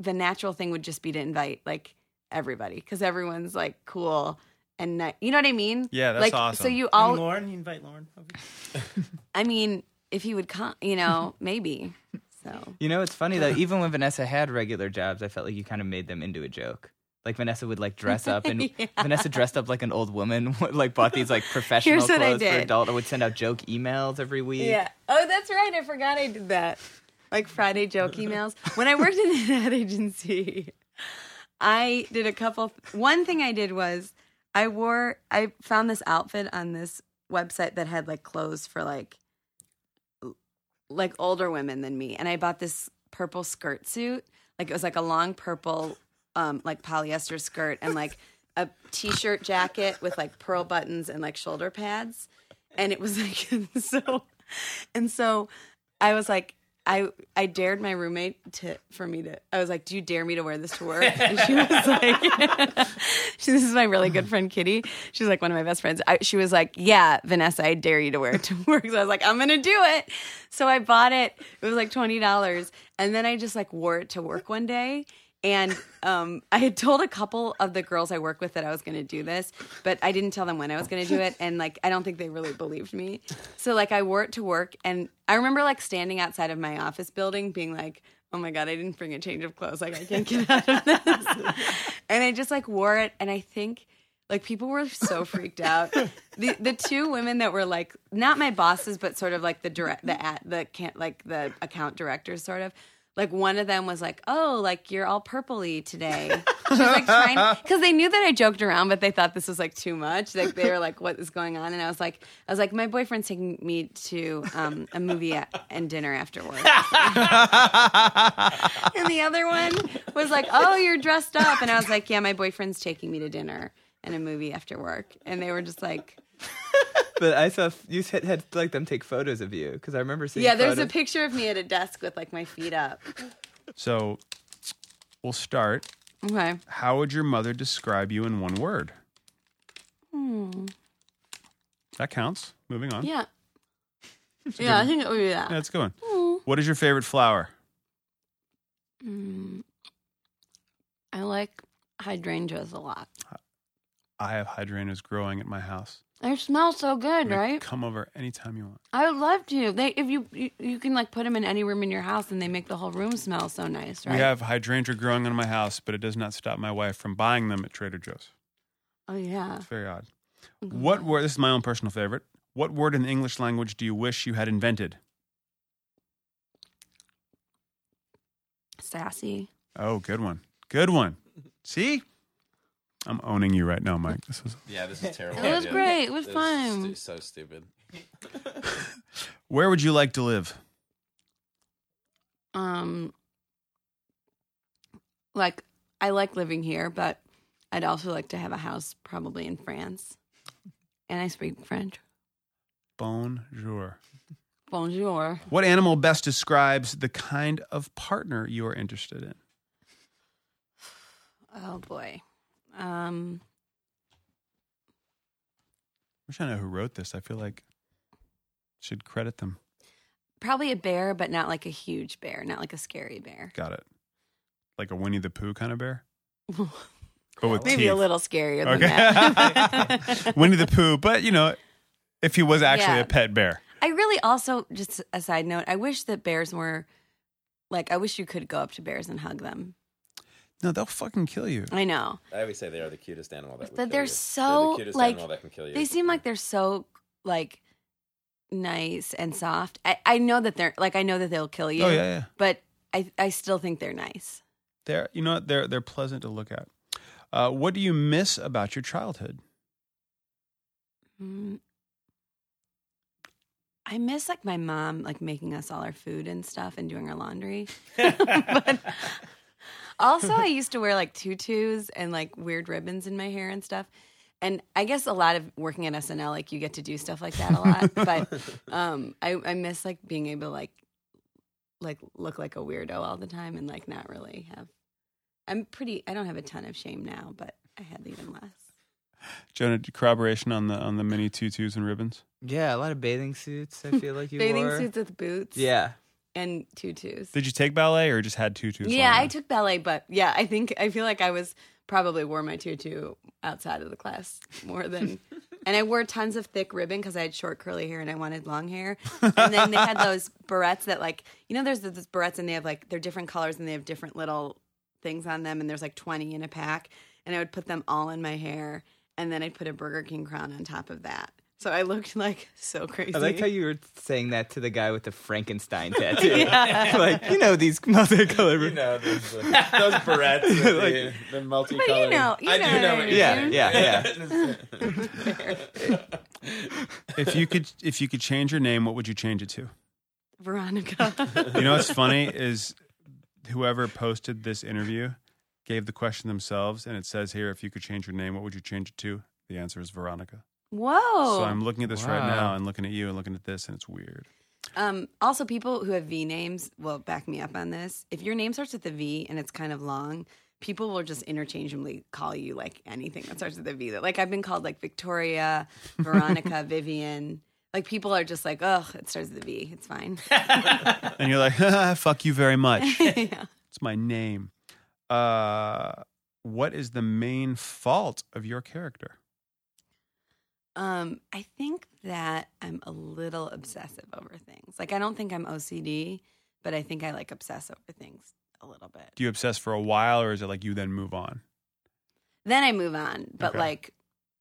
the natural thing would just be to invite like everybody because everyone's like cool and ni- you know what I mean? Yeah, that's like, awesome. So you And all, Lauren, you invite Lauren. Over. I mean, if he would come, you know, maybe. So You know, it's funny though. Even when Vanessa had regular jobs, I felt like you kind of made them into a joke. Like Vanessa would like dress up, and Yeah. Vanessa dressed up like an old woman. Like bought these like professional Here's what I clothes for did. adult. and would send out joke emails every week. Oh, that's right. I forgot I did that. Like Friday joke emails. When I worked in an ad agency, I did a couple. One thing I did was I wore, I found this outfit on this website that had like clothes for like, like older women than me. And I bought this purple skirt suit. Like it was like a long purple, um, like polyester skirt and like a t shirt jacket with like pearl buttons and like shoulder pads and it was like and so and so i was like i i dared my roommate to for me to i was like do you dare me to wear this to work and she was like she, this is my really good friend kitty she's like one of my best friends I, she was like yeah vanessa i dare you to wear it to work so i was like i'm gonna do it so i bought it it was like $20 and then i just like wore it to work one day and um, I had told a couple of the girls I work with that I was going to do this, but I didn't tell them when I was going to do it. And like, I don't think they really believed me. So like, I wore it to work, and I remember like standing outside of my office building, being like, "Oh my god, I didn't bring a change of clothes. Like, I can't get out of this." and I just like wore it, and I think like people were so freaked out. The the two women that were like not my bosses, but sort of like the direct the at the can't like the account directors sort of. Like one of them was like, "Oh, like you're all purpley today." She was like trying because they knew that I joked around, but they thought this was like too much. Like they were like, "What is going on?" And I was like, "I was like, my boyfriend's taking me to um, a movie a- and dinner afterwards." and the other one was like, "Oh, you're dressed up," and I was like, "Yeah, my boyfriend's taking me to dinner and a movie after work," and they were just like, But I saw you had, had like them take photos of you because I remember seeing. "Yeah, there's a photos. picture of me at a desk with like my feet up." So we'll start. Okay, How would your mother describe you in one word? That counts. Moving on. Hmm. yeah, yeah, I think it would be that. That's going. What is your favorite flower? Mm. I like hydrangeas a lot. I have hydrangeas growing at my house. They smell so good, You can right? Come over anytime you want. I would love to. They if you, you you can like put them in any room in your house and they make the whole room smell so nice, right? We have hydrangea growing on my house, but it does not stop my wife from buying them at Trader Joe's. Oh yeah. It's very odd. Mm-hmm. What word? This is my own personal favorite. What word in the English language do you wish you had invented? Sassy. Oh, good one. Good one. See, I'm owning you right now, Mike. This is Yeah, this is terrible. It was great. It was fun. so stupid. Where would you like to live? um like I like living here, but I'd also like to have a house probably in France. And I speak French. Bonjour. Bonjour. What animal best describes the kind of partner you are interested in? Oh boy. Um I'm trying to know who wrote this. I feel like should credit them. probably a bear, but not like a huge bear, not like a scary bear. Got it. Like a Winnie the Pooh kind of bear, but with Maybe teeth. a little scarier than Okay. that. Winnie the Pooh, but you know, if he was actually Yeah. a pet bear. I really also just a side note, I wish that bears were like I wish you could go up to bears and hug them. No, they'll fucking kill you. I know. I always say they are the cutest animal that. would But kill they're you. so, the cutest like, animal that can kill you. They seem like they're so like nice and soft. I, I know that they're like I know that they'll kill you, Oh yeah, yeah. but I I still think they're nice. They're you know what? they're they're pleasant to look at. Uh, what do you miss about your childhood? Mm. I miss like my mom like making us all our food and stuff and doing our laundry. but also I used to wear like tutus and like weird ribbons in my hair and stuff. And I guess a lot of working at SNL like you get to do stuff like that a lot, but um I I miss like being able to like like look like a weirdo all the time and like not really have I'm pretty I don't have a ton of shame now, but I had even less. Jonah, corroboration on the on the mini tutus and ribbons. Yeah, a lot of bathing suits. I feel like you Bathing wore. suits with boots. Yeah, and tutus. Did you take ballet or just had tutus? yeah, on? I took ballet, but yeah, I think I feel like I was probably wore my tutu outside of the class more than, and I wore tons of thick ribbon because I had short curly hair and I wanted long hair. And then they had those barrettes that like you know there's those barrettes and they have like they're different colors and they have different little things on them and there's like twenty in a pack and I would put them all in my hair and then I'd put a Burger King crown on top of that. So I looked like so crazy. I like how you were saying that to the guy with the Frankenstein tattoo. like you know these multicolored. You know, those, uh, those barrettes, with the, the multicolored. But you know- you I know do know what what I you yeah, mean. yeah, yeah. if you could if you could change your name, what would you change it to? Veronica. You know what's funny is whoever posted this interview gave the question themselves, and it says here, if you could change your name, what would you change it to? The answer is Veronica. Whoa. So I'm looking at this right Wow. now and looking at you and looking at this, and it's weird. Um, also, people who have V names will back me up on this. If your name starts with a V and it's kind of long, people will just interchangeably call you like anything that starts with a V. Like I've been called like Victoria, Veronica, Vivian. Like people are just like, oh, it starts with a V. It's fine. And you're like, "Ah, fuck you very much. yeah. It's my name. Uh, what is the main fault of your character? Um, I think that I'm a little obsessive over things. Like I don't think I'm OCD, but I think I like obsess over things a little bit. Do you obsess for a while, or is it like you then move on? then I move on. But Okay. like,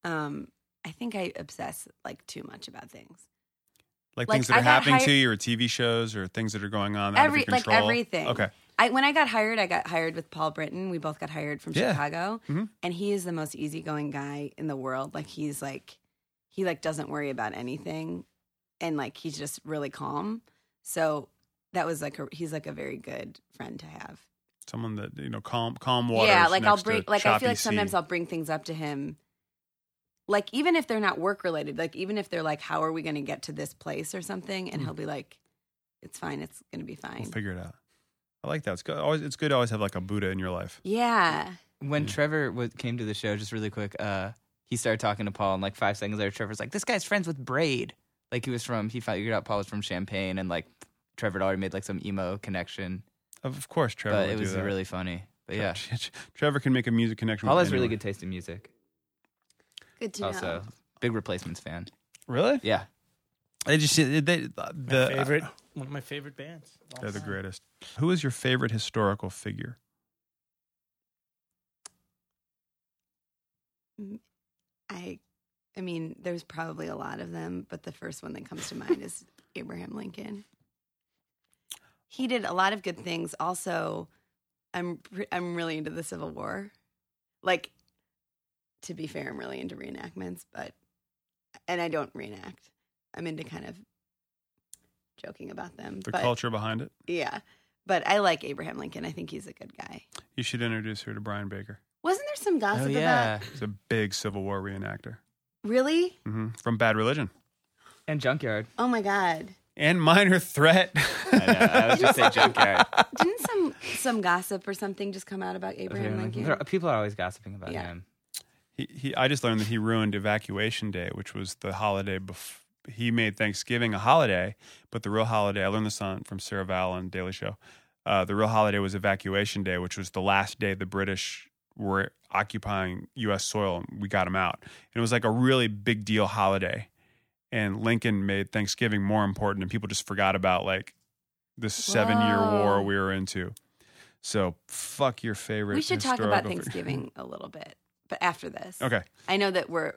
um, I think I obsess like too much about things. Like, Like, things that I are got happening hired- to you, or TV shows, or things that are going on out Every- of your like, control. everything. Okay. I when I got hired, I got hired with Paul Britton. We both got hired from Yeah. Chicago, Mhm. and he is the most easygoing guy in the world. Like he's like, he like doesn't worry about anything, and like he's just really calm. So that was like a, he's like a very good friend to have. someone that you know calm calm waters. yeah, like I'll next to bring like I choppy feel like sometimes sea. I'll bring things up to him. Like even if they're not work related, like even if they're like, how are we going to get to this place or something, and he'll be like, it's fine, it's going to be Hmm. we'll fine. figure it out. I like that. It's good. Always, it's good to always have like a Buddha in your life. Yeah, When Trevor was, came to the show, just really quick, uh, he started talking to Paul, and like five seconds later, Trevor's like, "This guy's friends with Braid." Like he was from, he figured out Paul was from Champagne, and like Trevor had already made like some emo connection, Of of course, Trevor. but would it was do that. really funny. But yeah, Trevor can make a music connection. Paul with has really anyone. good taste in music. good to know. Also, big replacements fan. Really, Yeah, I just they, uh, the uh, my favorite, one of my favorite bands. of all They're the time. greatest. Who is your favorite historical figure? I, I mean, there's probably a lot of them, but the first one that comes to mind is Abraham Lincoln. He did a lot of good things. Also, I'm pre- I'm really into the Civil War. Like, to be fair, I'm really into reenactments, but and I don't reenact, I'm into kind of joking about them. The but culture behind it. yeah. But I like Abraham Lincoln. I think he's a good guy. You should introduce her to Brian Baker. Wasn't there some gossip oh yeah, about He's a big Civil War reenactor really? hmm from Bad Religion and junkyard. Oh my god. and Minor Threat. I know. I was just say junkyard. Didn't some some gossip or something just come out about Abraham Lincoln? There- People are always gossiping about Yeah. him. he, he, I just learned that he ruined Evacuation Day, which was the holiday before. He made Thanksgiving a holiday, but the real holiday, I learned this on from Sarah Val on Daily Show. Uh, the real holiday was Evacuation Day, which was the last day the British were occupying U.S. soil, and we got them out. And it was like a really big deal holiday. And Lincoln made Thanksgiving more important, and people just forgot about like this seven year Whoa. war we were into. So fuck your favorite. we should talk about historical figure. Thanksgiving a little bit, but after this. Okay. I know that we're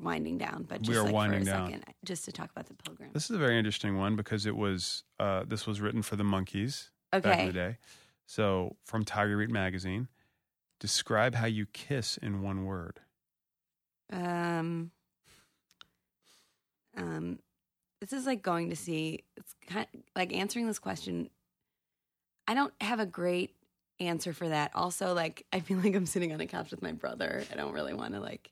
winding down, but We just are like winding for a down. second, just to talk about the pilgrim. This is a very interesting one because it was uh, this was written for the monkeys back in the Okay. day. So from Tiger Read magazine, describe how you kiss in one word. Um, um, this is like going to see. It's kind like answering this question. I don't have a great answer for that. Also, like I feel like I'm sitting on a couch with my brother. I don't really want to like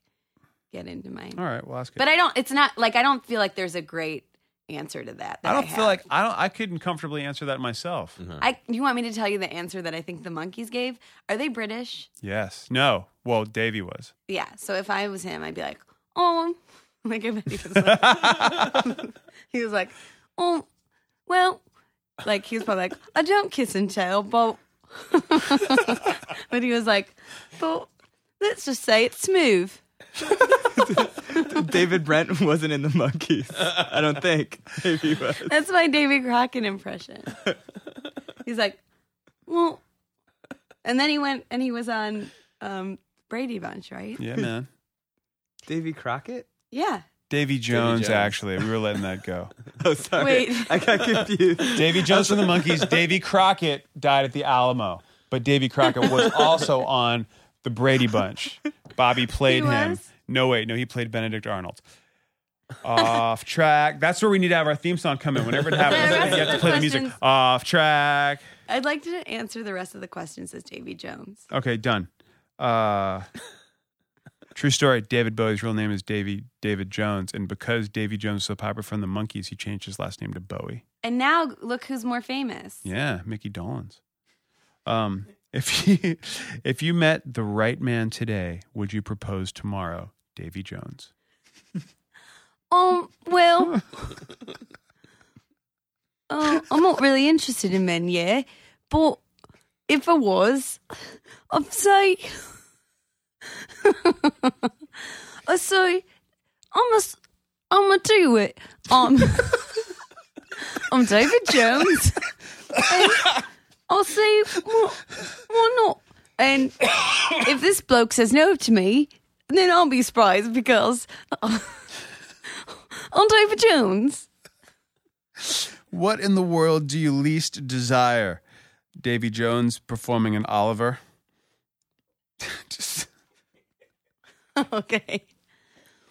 get into my. All right, well ask it. But I don't. It's not like I don't feel like there's a great answer to that. that I don't have. feel like I don't. I couldn't comfortably answer that myself. I. You want me to tell you the answer that I think the monkeys gave? Are they British? Yes. No. Well, Davy was. Yeah. So if I was him, I'd be like, oh, like I bet he was like, he was like, oh, well, like he was probably like, I don't kiss and tell, but but he was like, but let's just say it's smooth. David Brent wasn't in the monkeys. I don't think. Maybe he was. That's my Davy Crockett impression. He's like, well, and then he went and he was on um, Brady Bunch, right? Yeah, man. Davy Crockett? Yeah. Davy Jones, Jones. Actually, we were letting that go. Oh, sorry. Wait. I got confused. Davy Jones from the Monkeys. Davy Crockett died at the Alamo, but Davy Crockett was also on the Brady Bunch. Bobby played He him. was? No, wait, no, he played Benedict Arnold. Off track. That's where we need to have our theme song come in. Whenever it happens, The rest you of have to the play the music. questions- Off track. I'd like to answer the rest of the questions as Davy Jones. Okay, done. Uh, true story. David Bowie's real name is Davy David Jones, and because Davy Jones was so popular from the Monkeys, he changed his last name to Bowie. And now look who's more famous. Yeah, Mickey Dolenz. Um, if you if you met the right man today, would you propose tomorrow, Davy Jones? Um, well, uh, I'm not really interested in men, yeah. But if I was, I'd say, I say, I'm a, s- I'm a do it. Um, I'm David Jones. And I'll say, why, why not? And if this bloke says no to me, then I'll be surprised because. on David Jones. What in the world do you least desire? Davy Jones performing an Oliver. Just Okay.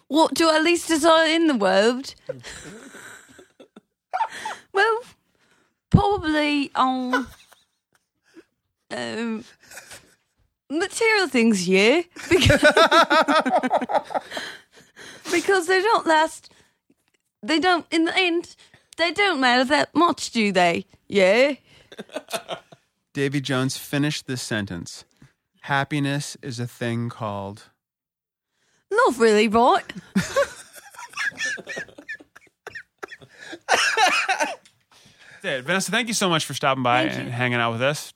What do I least desire in the world? well, probably on um, material things, yeah, because, because they don't last. They don't. In the end, they don't matter that much, do they? Yeah. Davy Jones finished this sentence. Happiness is a thing called. Not really, right? That's it. Vanessa, thank you so much for stopping by Thank and you. hanging out with us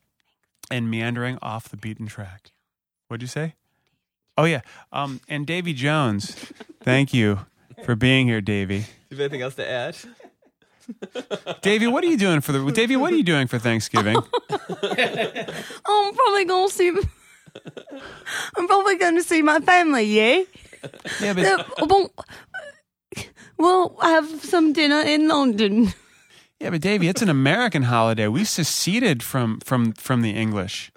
and meandering off the beaten track. What'd you say? Oh, yeah. Um, and Davy Jones, thank you for being here, Davy. Do you have anything else to add? Davy, what are you doing for the Davy, what are you doing for Thanksgiving? I'm probably going to see. I'm probably going to see my family. Yeah. Yeah, Uh, but, well, we'll have some dinner in London. yeah, but Davy, it's an American holiday. We seceded from from from the English.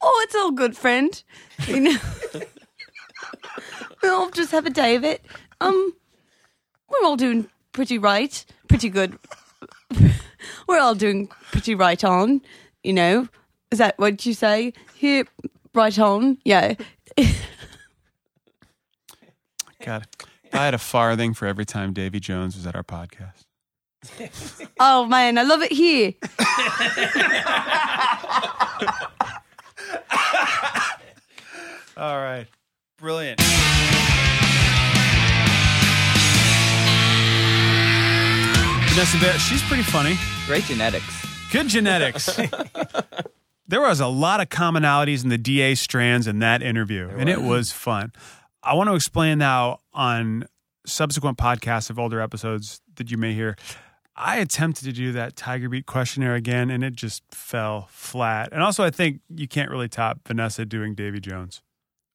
Oh, it's all good, friend. You know. we'll just have a day of it. Um, we're all doing pretty right, pretty good. We're all doing pretty right on, you know. Is that what you say? Here, right on, yeah. God, if I had a farthing for every time Davy Jones was at our podcast. Oh man, I love it here. All right, brilliant. Vanessa Bayer, she's pretty funny. Great genetics. Good genetics. there was a lot of commonalities in the DA strands in that interview, and it was fun. I want to explain now on subsequent podcasts of older episodes that you may hear. I attempted to do that Tiger Beat questionnaire again, and it just fell flat. And also, I think you can't really top Vanessa doing Davy Jones.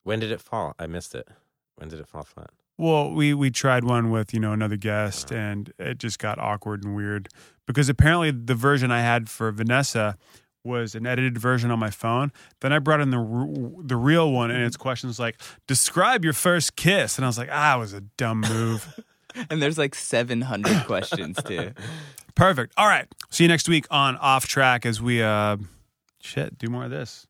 When did it fall? I missed it. When did it fall flat? Well, we we tried one with you know another guest, and it just got awkward and weird because apparently the version I had for Vanessa was an edited version on my phone. Then I brought in the r- the real one, and its questions like describe your first kiss, and I was like, ah, it was a dumb move. And there's like 700 questions too. Perfect. All right, see you next week on Off Track as we uh, shit do more of this.